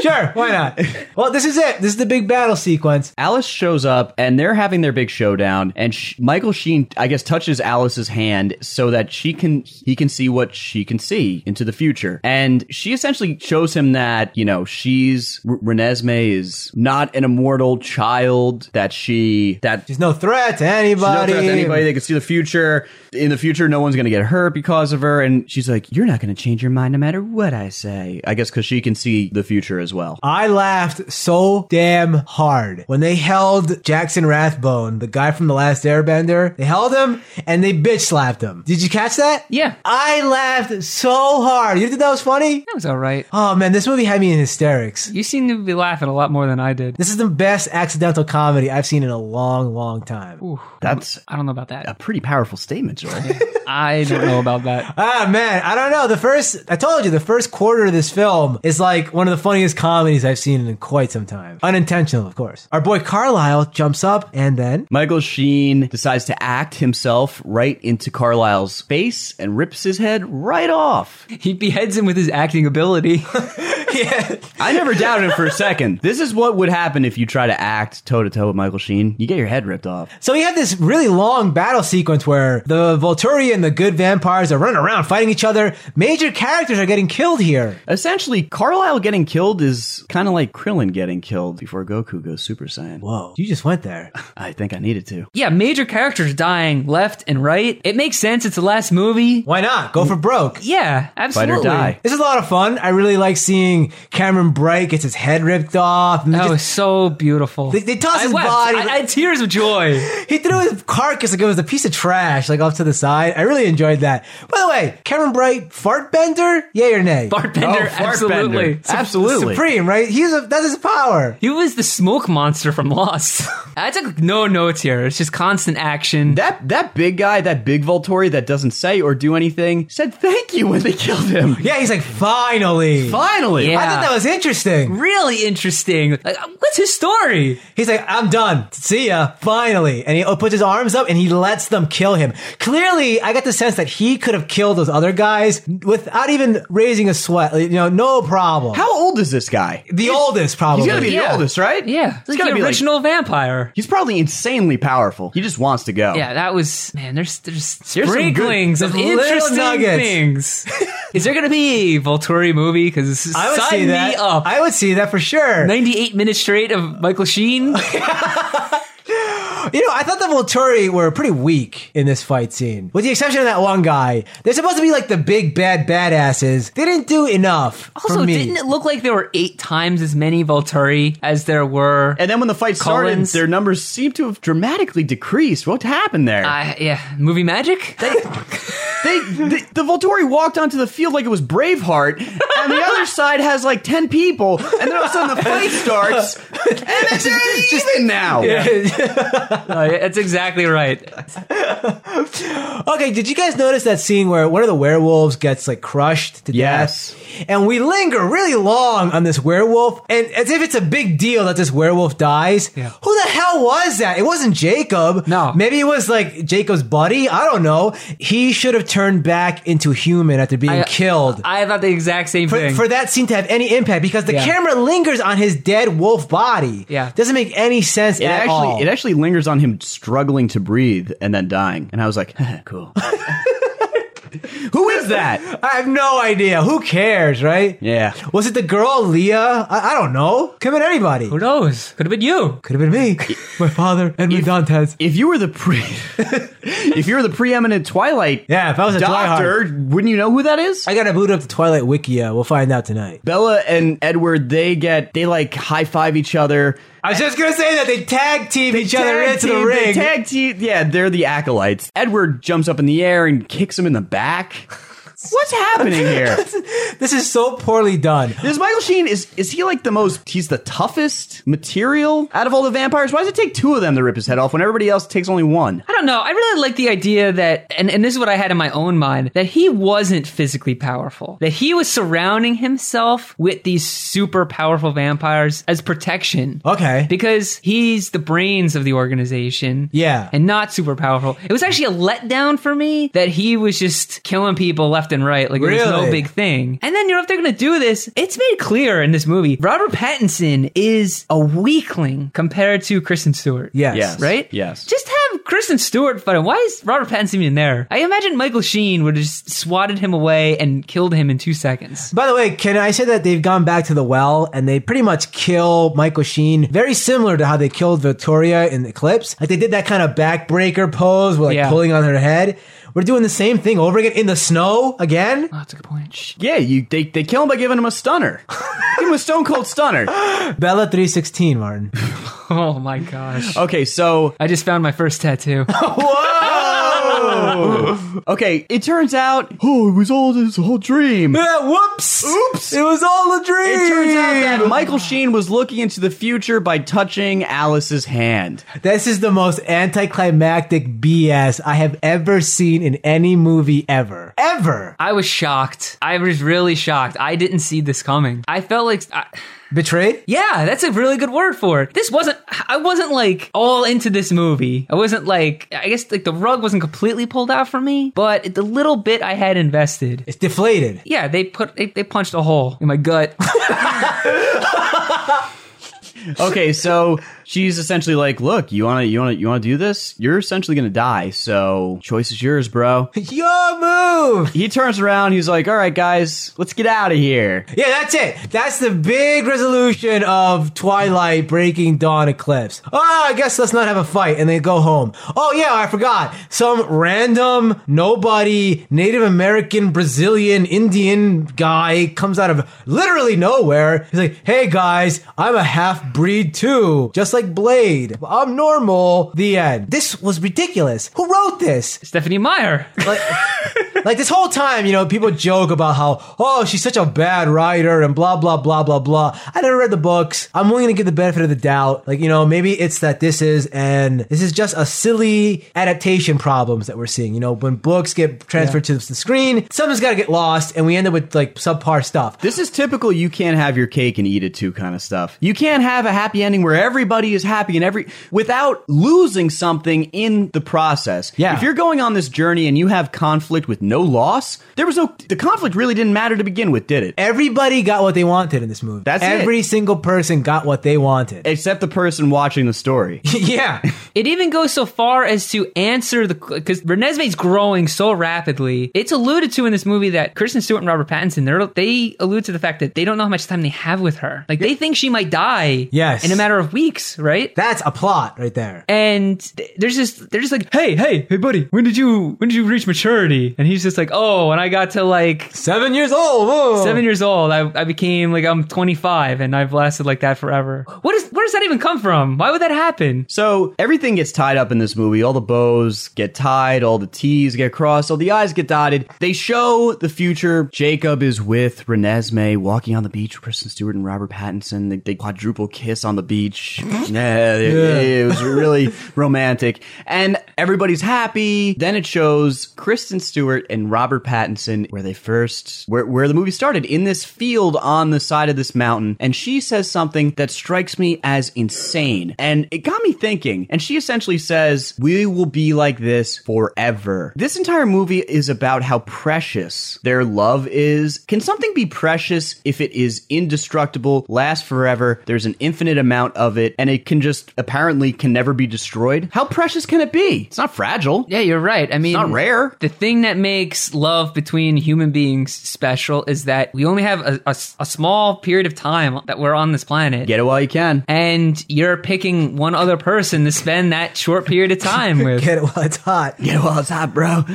S1: sure, why not? Well, this is it. This is the big battle sequence.
S2: Alice shows up and they're having their big showdown and sh- Michael Sheen I guess touches Alice's hand so that she can he can see what she can see into the future and she essentially shows him that you know she's R- Renesmee is not an immortal child that she that
S1: There's no threat to
S2: she's
S1: anybody.
S2: not threat to anybody that can see the future in the future no one's going to get hurt because of her and she's like you're not going to change your mind no matter what I say I guess cuz she can see the future as well
S1: I laughed so damn hard when they held Jackson Rathbone, the guy from The Last Airbender. They held him and they bitch slapped him. Did you catch that?
S3: Yeah.
S1: I laughed so hard. You think that was funny?
S3: That was all right.
S1: Oh man, this movie had me in hysterics.
S3: You seem to be laughing a lot more than I did.
S1: This is the best accidental comedy I've seen in a long, long time.
S2: that's
S3: I don't know about that.
S2: a pretty powerful statement Joel
S3: I don't know about that.
S1: Ah man, I don't know. The first I told you the first quarter of this film is like one of the funniest comedies I've seen in quite some time. Unintentional, of course. Our boy Carlisle jumps up and then
S2: Michael Sheen decides to act himself right into Carlisle's face and rips his head right off.
S3: He beheads him with his acting ability.
S2: I never doubted him for a second. This is what would happen if you try to act toe to toe with Michael Sheen. You get your head ripped off.
S1: So we had this really long battle sequence where the Volturi and the good vampires are running around fighting each other. Major characters are getting killed here.
S2: Essentially, Carlisle getting killed is kind of like Krillin getting killed before Goku goes Super Saiyan.
S1: Whoa, you just went there.
S2: I think I needed to.
S3: yeah, major characters dying left and right. It makes sense. It's the last movie.
S1: Why not? Go for broke.
S3: Yeah, absolutely.
S2: die.
S1: This is a lot of fun. I really like seeing Cameron Bright gets his head ripped off. And they
S3: That
S1: just-
S3: was so beautiful.
S1: They- they toss
S3: I
S1: his
S3: wept.
S1: body-
S3: I, I had tears of joy.
S1: He threw his carcass like it was a piece of trash, like off to the side. I really enjoyed that. By the way, Cameron Bright, fart bender, yay or nay?
S3: Bartender,
S2: Oh, Fartbender.
S3: absolutely.
S2: Absolutely.
S1: Supreme, right? He's a, that's his power.
S3: He was the smoke monster from Lost. I took no notes here. It's just constant action.
S2: That that big guy, that big Volturi that doesn't say or do anything, said thank you when they killed him.
S1: Yeah, he's like finally.
S2: Finally.
S1: I
S3: Yeah.
S1: thought that was interesting.
S3: really interesting. Like, what's his story?
S1: He's like, I'm done. See ya. Finally. And he puts his arms up and he lets them kill him. Clearly, I got the sense that he could have killed those other guys without even raising a sweat. Like, You know, no problem.
S2: How old is this guy?
S1: The oldest, probably.
S2: He's gotta be the
S3: Yeah.
S2: oldest, right?
S3: Yeah,
S2: He's
S3: like
S2: gotta
S3: the
S2: be like-
S3: original vampire.
S2: He's probably insanely powerful. He just wants to go.
S3: Yeah, that was man. There's there's
S2: good-
S3: sprinklings of
S1: there's little
S3: interesting
S1: nuggets.
S3: things. Is there gonna be a Volturi movie? Because
S1: I would
S3: sign
S1: see that.
S3: me up.
S1: I would see that for sure.
S3: 98 minutes straight of Michael Sheen.
S1: You know, I thought the Volturi were pretty weak in this fight scene. With the exception of that one guy, they're supposed to be like the big bad badasses. They didn't do enough
S3: Also,
S1: for me.
S3: didn't it look like there were eight times as many Volturi as there were?
S2: And then when the fight
S3: Collins.
S2: started, their numbers seem to have dramatically decreased. What happened there?
S3: Uh, yeah, movie magic.
S2: they, the, the Volturi walked onto the field like it was Braveheart, and the other side has like ten people, and then all of a sudden the fight starts, and then they're even now.
S3: Uh, that's exactly right.
S1: okay, did you guys notice that scene where one of the werewolves gets like crushed to
S2: Yes.
S1: death? And we linger really long on this werewolf, and as if it's a big deal that this werewolf dies.
S3: Yeah.
S1: Who the hell was that? It wasn't Jacob.
S3: No.
S1: Maybe it was like Jacob's buddy. I don't know. He should have turned back into human after being
S3: I- uh,
S1: killed.
S3: I thought the exact same
S1: for,
S3: thing.
S1: for that scene to have any impact because the
S3: Yeah.
S1: camera lingers on his dead wolf body.
S3: Yeah.
S1: doesn't make any sense
S2: It
S1: at
S2: actually
S1: all.
S2: it actually lingers on him struggling to breathe and then dying. And I was like, cool. Who is that?
S1: I have no idea. Who cares, right?
S2: Yeah.
S1: Was it the girl Leah? I, I don't know. Could have been anybody.
S3: Who knows? Could have been you.
S1: Could have been me. My father, Edmund Dantes.
S2: If you were the pre If you were the preeminent Twilight
S1: Yeah, if I was a Twilight.
S2: doctor, wouldn't you know who that is?
S1: I gotta boot up the Twilight Wikia. We'll find out tonight.
S2: Bella and Edward, they get they like high five each other.
S1: I was just gonna say that they tag team each other
S2: Tag
S1: into the
S2: team-
S1: ring.
S2: Tag team, yeah, they're the acolytes. Edward jumps up in the air and kicks him in the back. What's happening here?
S1: this is so poorly done.
S2: This Michael Sheen is is he like the most he's the toughest material out of all the vampires? Why does it take two of them to rip his head off when everybody else takes only one?
S3: I don't know. I really like the idea that, and, and this is what I had in my own mind, that he wasn't physically powerful. That he was surrounding himself with these super powerful vampires as protection.
S1: Okay.
S3: Because he's the brains of the organization.
S1: Yeah.
S3: And not super powerful. It was actually a letdown for me that he was just killing people left and right. Like it was
S1: Really?
S3: no big thing. And then, you know, if they're going to do this, it's made clear in this movie Robert Pattinson is a weakling compared to Kristen Stewart.
S1: Yes.
S2: Yes.
S3: Right?
S2: Yes.
S3: Just have Kristen Stewart fight him. Why is Robert Pattinson even there? I imagine Michael Sheen would have just swatted him away and killed him in two seconds.
S1: By the way, can I say that they've gone back to the well and they pretty much kill Michael Sheen, very similar to how they killed Victoria in Eclipse? Like they did that kind of backbreaker pose, where like
S3: Yeah.
S1: pulling on her head. We're doing the same thing over again in the snow again.
S3: Oh, that's a good point. Shh.
S2: Yeah, you they, they kill him by giving him a stunner. Give him a stone cold stunner.
S1: Bella three sixteen, Martin.
S3: Oh my gosh.
S2: Okay, so
S3: I just found my first tattoo.
S2: okay, it turns out oh, it was all this whole dream. It
S1: Yeah, whoops!
S2: Oops.
S1: It was all a dream.
S2: turns out that Michael Sheen was looking into the future by touching Alice's hand.
S1: this is the most anticlimactic BS I have ever seen in any movie ever, ever.
S3: I was shocked. I was really shocked. I didn't see this coming. I felt like I,
S1: Betrayed?
S3: Yeah, that's a really good word for it. This wasn't I wasn't like all into this movie. I wasn't like I guess like the rug wasn't completely pulled out from me, but the little bit I had invested.
S1: It's deflated.
S3: Yeah, they put they, they punched a hole in my gut.
S2: Okay, so she's essentially like, "Look, you want to you want to you want to do this? You're essentially going to die. So, choice is yours, bro."
S1: Your move.
S2: He turns around, he's like, "All right, guys, let's get out of here."
S1: Yeah, that's it. That's the big resolution of Twilight breaking dawn eclipse. Oh, I guess let's not have a fight and they go home. Oh yeah, I forgot. Some random nobody Native American Brazilian Indian guy comes out of literally nowhere. He's like, "Hey guys, I'm a half breed too, just like Blade. I'm normal." The end. This was ridiculous. Who wrote this?
S3: Stephanie Meyer.
S1: like, like this whole time, you know, people joke about how, oh, she's such a bad writer and blah, blah, blah, blah, blah. I never read the books. I'm willing to give the benefit of the doubt. Like, you know, maybe it's that this is, and this is just a silly adaptation problems that we're seeing. You know, when books get transferred to the screen, something's got to get lost and we end up with like subpar stuff.
S2: This is typical you can't have your cake and eat it too kind of stuff. You can't have a happy ending where everybody is happy and every without losing something in the process.
S1: Yeah.
S2: If you're going on this journey and you have conflict with no loss, there was no the conflict really didn't matter to begin with, did it?
S1: Everybody got what they wanted in this movie.
S2: That's it.
S1: Every single person got what they wanted.
S2: Except the person watching the story.
S1: yeah.
S3: It even goes so far as to answer the because Renesmee's growing so rapidly. It's alluded to in this movie that Kristen Stewart and Robert Pattinson they're, they allude to the fact that they don't know how much time they have with her. Like they think she might die.
S1: Yes.
S3: in a matter of weeks, right?
S1: That's a plot right there.
S3: and th- there's just they're just like, hey, hey, hey, buddy, when did you when did you reach maturity? And he's just like, oh, when I got to like
S1: Seven years old. Whoa.
S3: seven years old, I, I became like I'm 25 and I've lasted like that forever. What is where does that even come from? Why would that happen?
S2: So everything gets tied up in this movie. All the bows get tied, all the T's get crossed, all the I's get dotted. They show the future. Jacob is with Renesmee walking on the beach with Kristen Stewart and Robert Pattinson. They, they quadruple kiss on the beach. yeah, it, it was really romantic. And everybody's happy. Then it shows Kristen Stewart and Robert Pattinson where they first, where, where the movie started, in this field on the side of this mountain. And she says something that strikes me as insane. And it got me thinking. And she essentially says, We will be like this forever. This entire movie is about how precious their love is. Can something be precious if it is indestructible, lasts forever, there's an infinite amount of it, and it can just apparently can never be destroyed? How precious can it be? It's not fragile.
S3: Yeah, you're right. I mean,
S2: It's not rare.
S3: The thing that makes love between human beings special is that we only have a, a s- a small period of time that we're on this planet.
S2: Get it while you can.
S3: And you're picking one other person to spend that short period of time with.
S1: Get it while it's hot.
S2: Get it while it's hot, bro.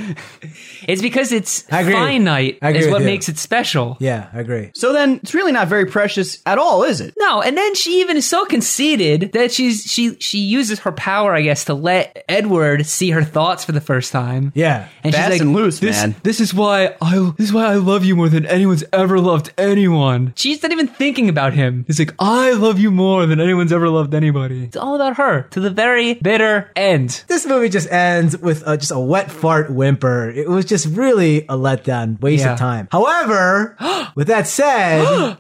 S3: It's because it's
S1: I agree.
S3: finite
S1: I agree
S3: is
S1: with
S3: what
S1: you.
S3: makes it special.
S1: Yeah, I agree.
S2: So then it's really not very precious at all, is it?
S3: No, and then she even is so conceited that she's she she uses her power, I guess, to let Edward see her thoughts for the first time.
S1: Yeah.
S3: and
S2: Fast and loose,
S3: this,
S2: man."
S3: This is why I this is why I love you more than anyone's ever loved anyone. She's not even thinking about him. It's like I love you more than anyone's ever loved anybody. It's all about her to the very bitter end.
S1: This movie just ends with a, just a wet fart whimper. It was just really a letdown, waste
S3: Yeah.
S1: of time. However, with that said,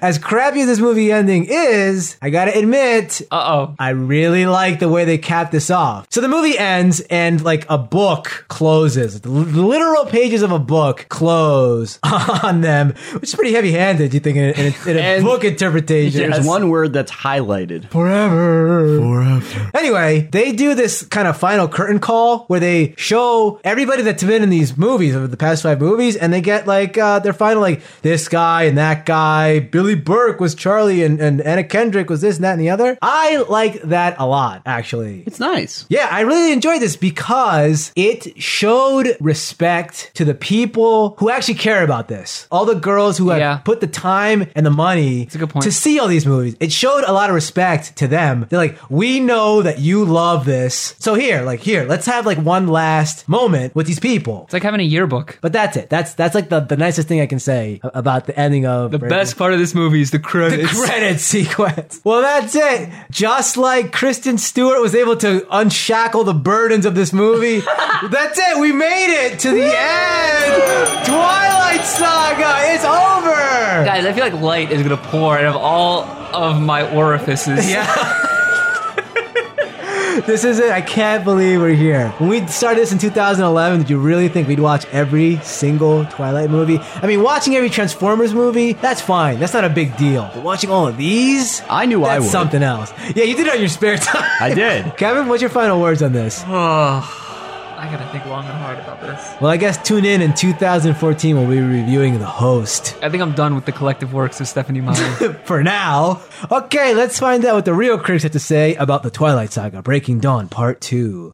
S1: as crappy as this movie ending is, I gotta admit,
S3: Uh oh.
S1: I really like the way they cap this off. So the movie ends and like a book closes. The literal pages of a book close on them, which is pretty heavy handed, you think, in a, in a, in a
S2: And-
S1: book interpretation.
S2: There's one word that's highlighted.
S1: Forever.
S2: Forever.
S1: Anyway, they do this kind of final curtain call where they show everybody that's been in these movies over the past five movies, and they get like uh, their final like this guy and that guy. Billy Burke was Charlie, and, and Anna Kendrick was this and that and the other. I like that a lot, actually.
S2: It's nice.
S1: Yeah, I really enjoyed this because it showed respect to the people who actually care about this. All the girls who have
S3: Yeah.
S1: put the time and the money
S3: a good point.
S1: to see all these movies. It showed a lot of respect to them. They're like, we know that you love this. So here, like here, let's have like one last moment with these people.
S3: It's like having a yearbook.
S1: But that's it. That's that's like the, the nicest thing I can say a- about the ending of
S3: The best part of this movie is the credits.
S1: credit sequence. Well, that's it. Just like Kristen Stewart was able to unshackle the burdens of this movie, that's it. We made it to the end. Twilight Light Saga is over.
S3: Guys, I feel like light is gonna pour out of all of my orifices.
S1: Yeah. this is it. I can't believe we're here. When we started this in 2011, did you really think we'd watch every single Twilight movie? I mean, watching every Transformers movie, that's fine. That's not a big deal. But watching all of these,
S2: I knew I
S1: that's
S2: would.
S1: something else. Yeah, you did it on your spare time.
S2: I did.
S1: Kevin, what's your final words on this?
S3: Oh, I gotta think long and hard about this.
S1: Well, I guess tune in in 2014 when we'll be reviewing The Host.
S3: I think I'm done with the collective works of Stephanie Meyer.
S1: For now. Okay, let's find out what the real critics have to say about The Twilight Saga Breaking Dawn Part 2.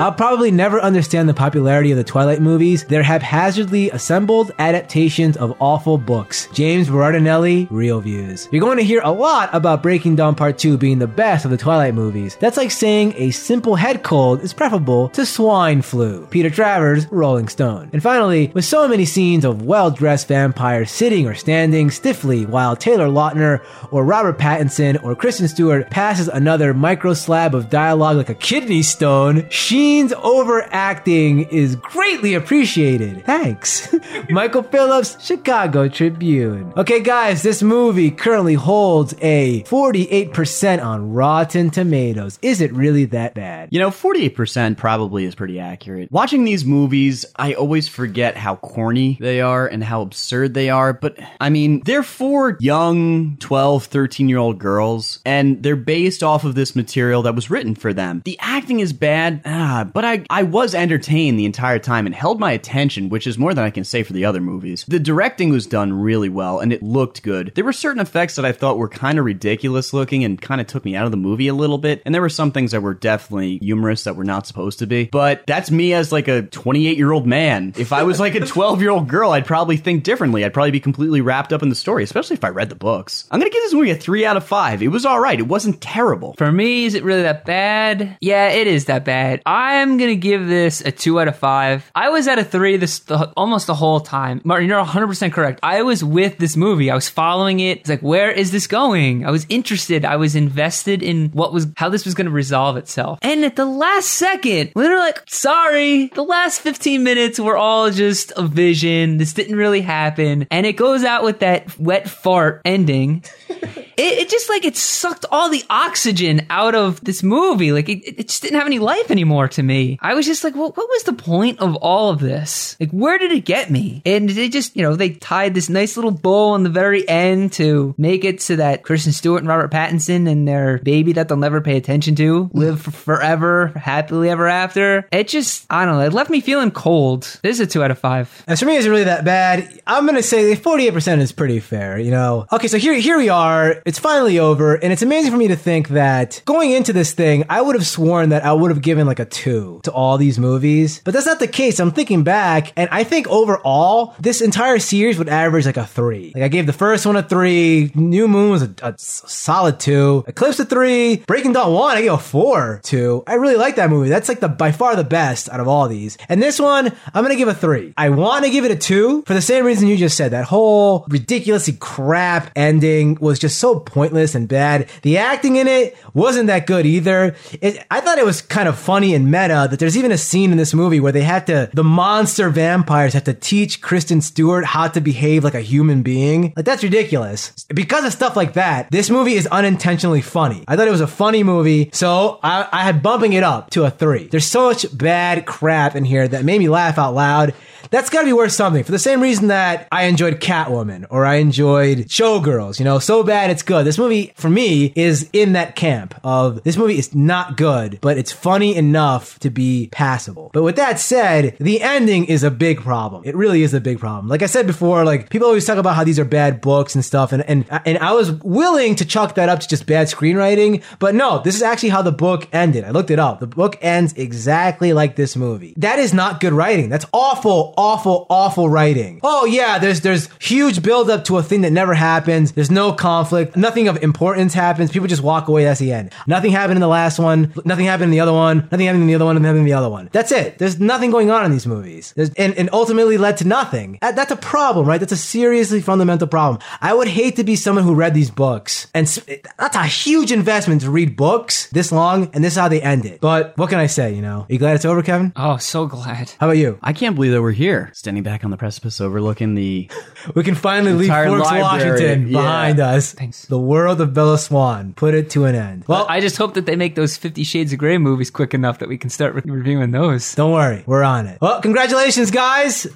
S1: I'll probably never understand the popularity of the Twilight movies. They're haphazardly assembled adaptations of awful books. James Berardinelli, Real Views. You're going to hear a lot about Breaking Dawn Part 2 being the best of the Twilight movies. That's like saying a simple head cold is preferable to swine flu. Peter Travers, Rolling Stone. And finally, with so many scenes of well dressed vampires sitting or standing stiffly while Taylor Lautner or Robert Pattinson or Kristen Stewart passes another micro slab of dialogue like a kidney stone, Sheen's overacting is greatly appreciated. Thanks. Michael Phillips, Chicago Tribune. Okay, guys, this movie currently holds a 48% on Rotten Tomatoes. Is it really that bad?
S2: You know, 48% probably is pretty accurate. Watching these movies, I always forget how corny they are and how absurd they are, but I mean, they're for young 12, 13 year old girls, and they're based off of this material that was written for them. The acting is bad, ah, but I, I was entertained the entire time and held my attention, which is more than I can say for the other movies. The directing was done really well and it looked good. There were certain effects that I thought were kind of ridiculous looking and kind of took me out of the movie a little bit, and there were some things that were definitely humorous that were not supposed to be. But that's me as like a 28 year old man. If I was like a 12 year old girl, I'd probably think differently. I'd probably be completely wrapped up in the story, especially if I read the books. I'm gonna give this movie a 3 out of 5. It was alright, it wasn't terrible.
S3: For me, is it really that bad? Yeah, it is that bad. I'm gonna give this a two out of five. I was at a three this the, almost the whole time. Martin, you're 100 percent correct. I was with this movie. I was following it. It's like, where is this going? I was interested. I was invested in what was how this was gonna resolve itself. And at the last second, when they're like, sorry, the last 15 minutes were all just a vision. This didn't really happen. And it goes out with that wet fart ending. it, it just like it sucked all the oxygen out of this movie. Like it, it just didn't have any life anymore to me. I was just like, well, what was the point of all of this? Like, where did it get me? And they just, you know, they tied this nice little bow on the very end to make it so that Kristen Stewart and Robert Pattinson and their baby that they'll never pay attention to live for forever, happily ever after. It just, I don't know, it left me feeling cold. This is a two out of five.
S1: As for me, is it really that bad? I'm gonna say forty-eight percent is pretty fair. You know, okay, so here here we are. It's finally over, and it's amazing for me to think that going into this thing, I would have sworn that I would have given like a two to all these movies, but that's not the case. I'm thinking back, and I think overall, this entire series would average like a three. Like I gave the first one a three, New Moon was a, a s- solid two, Eclipse a three, Breaking Dawn one, I gave a four two. I really like that movie. That's like the by far the best out of all these. And this one, I'm gonna give a three. I want to give it a two for the same reason you just said. That whole ridiculously crap ending was just so pointless and bad. The acting in it wasn't that good either. It, I thought it was kind of funny and meta that there's even a scene in this movie where they have to, the monster vampires have to teach Kristen Stewart how to behave like a human being. Like that's ridiculous. Because of stuff like that, this movie is unintentionally funny. I thought it was a funny movie, so I, I had bumping it up to a three. There's so much bad crap in here that made me laugh out loud. That's got to be worth something for the same reason that I enjoyed Catwoman or I enjoyed Showgirls. You know, so bad it's good. This movie, for me, is in that camp of this movie is not good, but it's funny enough to be passable. But with that said, the ending is a big problem. It really is a big problem. Like I said before, like people always talk about how these are bad books and stuff, and and and I was willing to chalk that up to just bad screenwriting, but no, this is actually how the book ended. I looked it up. The book ends exactly like this movie. That is not good writing. That's awful, awful, awful writing. Oh yeah, there's there's huge buildup to a thing that never happens. There's no conflict. Nothing of importance happens. People just walk away. That's the end. Nothing happened in the last one. Nothing happened in the other one. Nothing happened in the other one and them in the other one. That's it. There's nothing going on in these movies. There's, and, and ultimately led to nothing. That- that's a problem, right? That's a seriously fundamental problem. I would hate to be someone who read these books. And sp- that's a huge investment to read books this long, and this is how they end it. But what can I say, you know? Are you glad it's over, Kevin?
S3: Oh, so glad.
S1: How about you?
S2: I can't believe that we're here, standing back on the precipice overlooking the
S1: We can finally leave
S2: Entire
S1: Forks,
S2: library,
S1: Washington
S2: yeah.
S1: behind us.
S3: Thanks.
S1: The world of Bella Swan put it to an end. Well,
S3: Well, I just hope that they make those Fifty Shades of Grey movies quick enough that we can start re- reviewing those.
S1: Don't worry, we're on it. Well, congratulations, guys.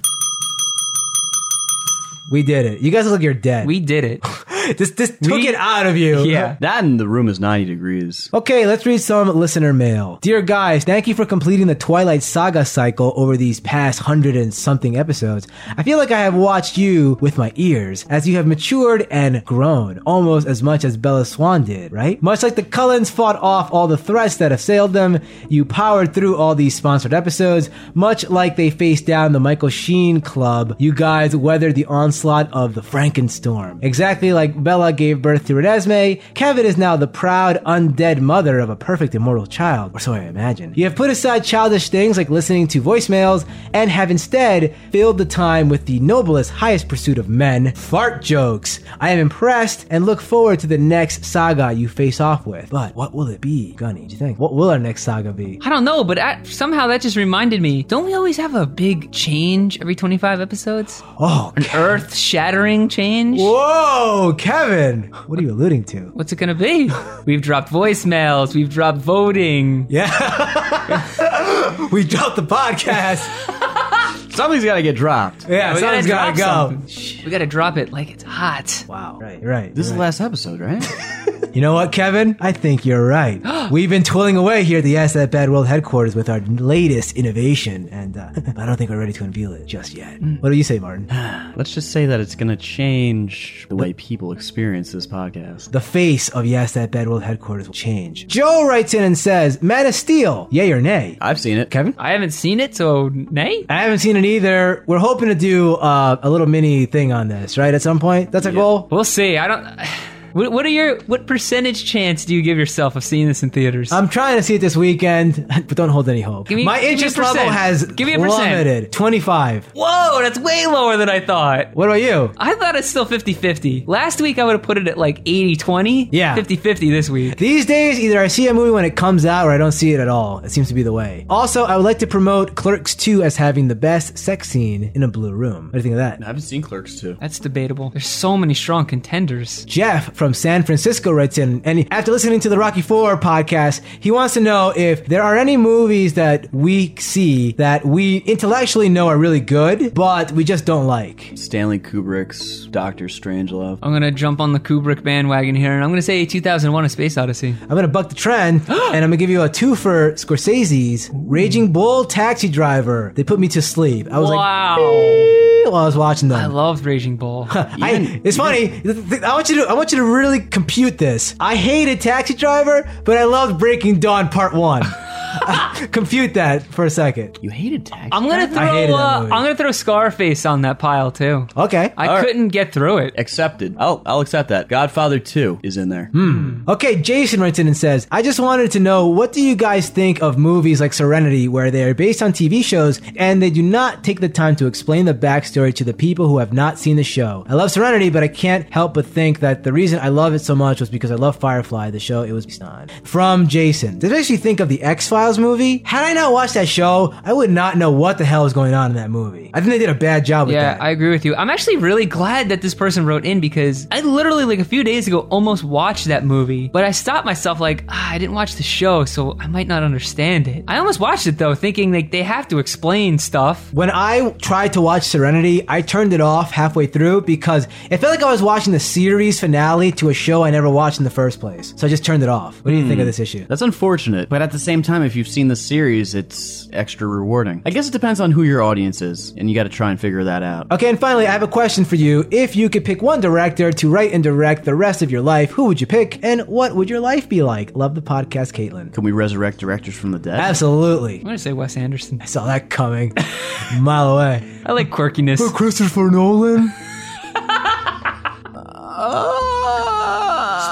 S1: We did it. You guys look like you're dead.
S3: We did it.
S1: this this took
S3: we-
S1: it out of you.
S3: Yeah.
S2: that and the room is 90 degrees.
S1: Okay, let's read some listener mail. Dear guys, thank you for completing the Twilight Saga cycle over these past hundred and something episodes. I feel like I have watched you with my ears, as you have matured and grown, almost as much as Bella Swan did, right? Much like the Cullens fought off all the threats that assailed them, you powered through all these sponsored episodes, much like they faced down the Michael Sheen Club. You guys weathered the onslaught of the Frankenstorm. Exactly like Bella gave birth to Renesmee, Kevin is now the proud, undead mother of a perfect immortal child, or so I imagine. You have put aside childish things like listening to voicemails and have instead filled the time with the noblest, highest pursuit of men fart jokes. I am impressed and look forward to the next saga you face off with. But what will it be, Gunny? Do you think? What will our next saga be?
S3: I don't know, but I, somehow that just reminded me. Don't we always have a big change every 25 episodes?
S1: Oh,
S3: An earth shattering change?
S1: whoa, Kevin! What are you alluding to?
S3: What's it gonna be? We've dropped voicemails, we've dropped voting.
S1: Yeah. we dropped the podcast.
S2: Something's got to get dropped.
S1: Yeah,
S3: we
S1: something's gotta
S3: drop
S1: go.
S3: something. We gotta drop it like it's hot.
S1: Wow. Right, right.
S2: This is the
S1: right.
S2: last episode, right?
S1: You know what, Kevin? I think you're right. We've been toiling away here at the Yes That Bad World headquarters with our latest innovation, and uh, I don't think we're ready to unveil it just yet.
S3: Mm.
S1: What do you say, Martin?
S2: Let's just say that it's going to change the way people experience this podcast.
S1: the face of Yes That Bad World headquarters will change. Joe writes in and says, Man of Steel, yay or nay?
S2: I've seen it.
S1: Kevin?
S3: I haven't seen it, so nay?
S1: I haven't seen it either. We're hoping to do uh, a little mini thing on this, right? At some point, that's our goal.
S3: We'll see. I don't. What, what are your what percentage chance do you give yourself of seeing this in theaters?
S1: I'm trying to see it this weekend, but don't hold any hope.
S3: Give me-
S1: My
S3: give me a
S1: interest level
S3: percent.
S1: has
S3: Give me a percent.
S1: plummeted. 25.
S3: Whoa, that's way lower than I thought.
S1: What about you?
S3: I thought it's still 50 50. Last week I would have put it at like 80 20.
S1: Yeah.
S3: 50 50 this week.
S1: These days, either I see a movie when it comes out or I don't see it at all. It seems to be the way. Also, I would like to promote Clerks 2 as having the best sex scene in a blue room. What do you think of that?
S2: I haven't seen Clerks too.
S3: That's debatable. There's so many strong contenders.
S1: Jeff from San Francisco writes in, and after listening to the Rocky Four podcast, he wants to know if there are any movies that we see that we intellectually know are really good, but we just don't like.
S2: Stanley Kubrick's Doctor Strangelove.
S3: I'm going to jump on the Kubrick bandwagon here and I'm going to say 2001 A Space Odyssey.
S1: I'm gonna buck the trend, and I'm gonna give you a two for Scorsese's Raging Bull Taxi Driver. They put me to sleep. I was like,
S3: Mm. wow.
S1: "Eh," while I was watching them.
S3: I loved Raging Bull.
S1: I, it's funny. th- th- I want you to I want you to really compute this. I hated Taxi Driver, but I loved Breaking Dawn Part One. compute that for a second.
S2: You hated Taxi.
S3: I'm going to throw
S1: hated that
S3: uh, I'm
S1: movie.
S3: going to throw Scarface on that pile too.
S1: Okay.
S3: I
S2: All right.
S3: couldn't get through it.
S2: accepted. Oh, I'll accept that. Godfather 2 is in there.
S3: Hmm.
S1: Okay, Jason writes in and says, I just wanted to know what do you guys think of movies like Serenity where they are based on TV shows and they do not take the time to explain the backstory to the people who have not seen the show. I love Serenity, but I can't help but think that the reason I love it so much was because I love Firefly, the show it was based on. From Jason. Did I actually think of the X-Files movie? Had I not watched that show, I would not know what the hell was going on in that movie. I think they did a bad job with
S3: Yeah,
S1: that.
S3: I agree with you. I'm actually really glad that this person wrote in because I literally like a few days ago almost watched that movie, but I stopped myself like ah, I didn't watch the show, so I might not understand it. I almost watched it though, thinking like they have to explain stuff.
S1: When I tried to watch Serenity, I turned it off halfway through because it felt like I was watching the series finale to a show I never watched in the first place. So I just turned it off. What do you think
S2: Hmm.
S1: of this issue?
S2: That's unfortunate, but at the same time, if you've seen the series, it's extra rewarding. I guess it depends on who your audience is, and you got to try and figure that out.
S1: Okay, and finally, I have a question for you. If you could pick one director to write and direct the rest of your life, who would you pick and what would your life be like? Love the podcast, Caitlin.
S2: Can we resurrect directors from the dead?
S1: Absolutely.
S3: I'm gonna say Wes Anderson.
S1: I saw that coming a mile away.
S3: I like quirkiness.
S1: Christopher Nolan?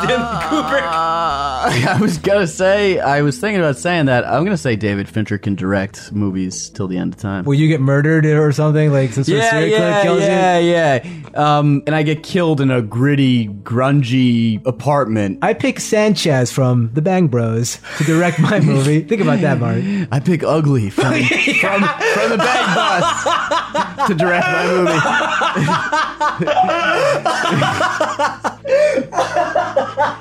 S2: Stanley Kubrick. I was gonna say, I was thinking about saying that. I'm gonna say David Fincher can direct movies till the end of time.
S1: Will you get murdered or something? Like some sort of
S2: yeah,
S1: serial killer
S2: yeah,
S1: kills you?
S2: yeah, yeah. Um, and I get killed in a gritty, grungy apartment.
S1: I pick Sanchez from The Bang Bros to direct my movie. Think about that, Mark.
S2: I pick Ugly from from, from the Bang Bus to direct my movie.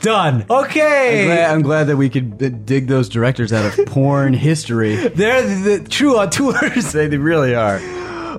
S1: Done. Okay.
S2: Glad- I'm glad that we could d- dig those directors out of porn history.
S1: They're the, the true auteurs.
S2: They, they really are.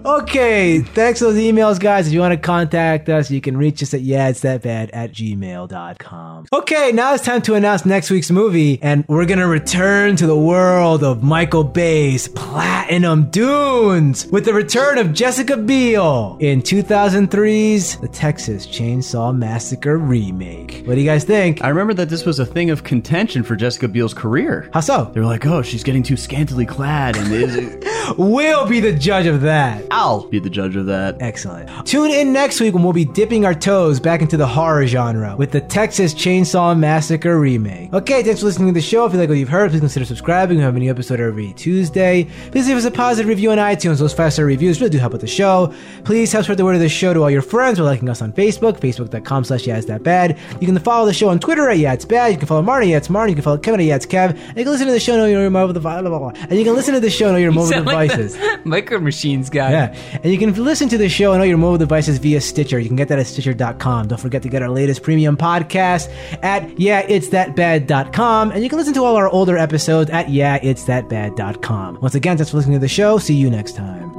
S1: Okay. Thanks for those emails, guys. If you want to contact us, you can reach us at yeah, it's that bad at gmail.com. Okay, now it's time to announce next week's movie, and we're going to return to the world of Michael Bay's Platinum Dunes with the return of Jessica Biel in 2003's The Texas Chainsaw Massacre remake. What do you guys think?
S2: I remember that this was a thing of contention for Jessica Biel's career.
S1: How so?
S2: They were like, "Oh, she's getting too scantily clad," and is,
S1: We'll be the judge of that.
S2: I'll be the judge of that.
S1: Excellent. Tune in next week when we'll be dipping our toes back into the horror genre with the Texas Chainsaw Massacre remake. Okay, thanks for listening to the show. If you like what you've heard, please consider subscribing. We have a new episode every Tuesday. Please leave us a positive review on iTunes. Those five star reviews really do help with the show. Please help spread the word of the show to all your friends by liking us on Facebook, facebook.com slash yeah, it's that bad. You can follow the show on Twitter at yeah, it's bad. You can follow Marty, yeah, it's Marty. You can follow Kevin at yeah, it's Kev. And you can listen to the show on your mobile device. Blah, blah, blah. And you can listen to the show on your mobile
S3: Sound like the
S1: devices.
S3: micro machines guy.
S1: Yeah. And you can listen to the show on all your mobile devices via Stitcher. You can get that at Stitcher.com. Don't forget to get our latest premium podcast at yeahitsthatbad.com. And you can listen to all our older episodes at yeahitsthatbad.com. Once again, thanks for listening to the show. See you next time.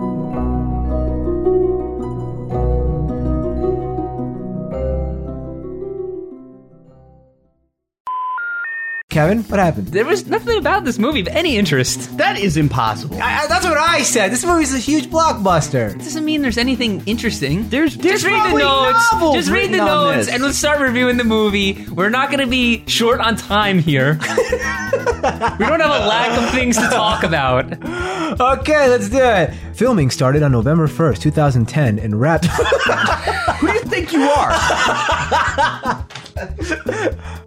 S1: Kevin, what happened?
S3: There was nothing about this movie of any interest.
S2: That is impossible.
S1: I, I, that's what I said. This movie's a huge blockbuster.
S3: Doesn't mean there's anything interesting.
S2: There's- there's
S3: just read the
S2: probably
S3: notes.
S2: novels
S3: Just read the
S2: written on
S3: notes,
S2: this.
S3: and let's start reviewing the movie. We're not going to be short on time here. we don't have a lack of things to talk about.
S1: Okay, let's do it. Filming started on November 1st, 2010, and wrapped.
S2: Who do you think you are?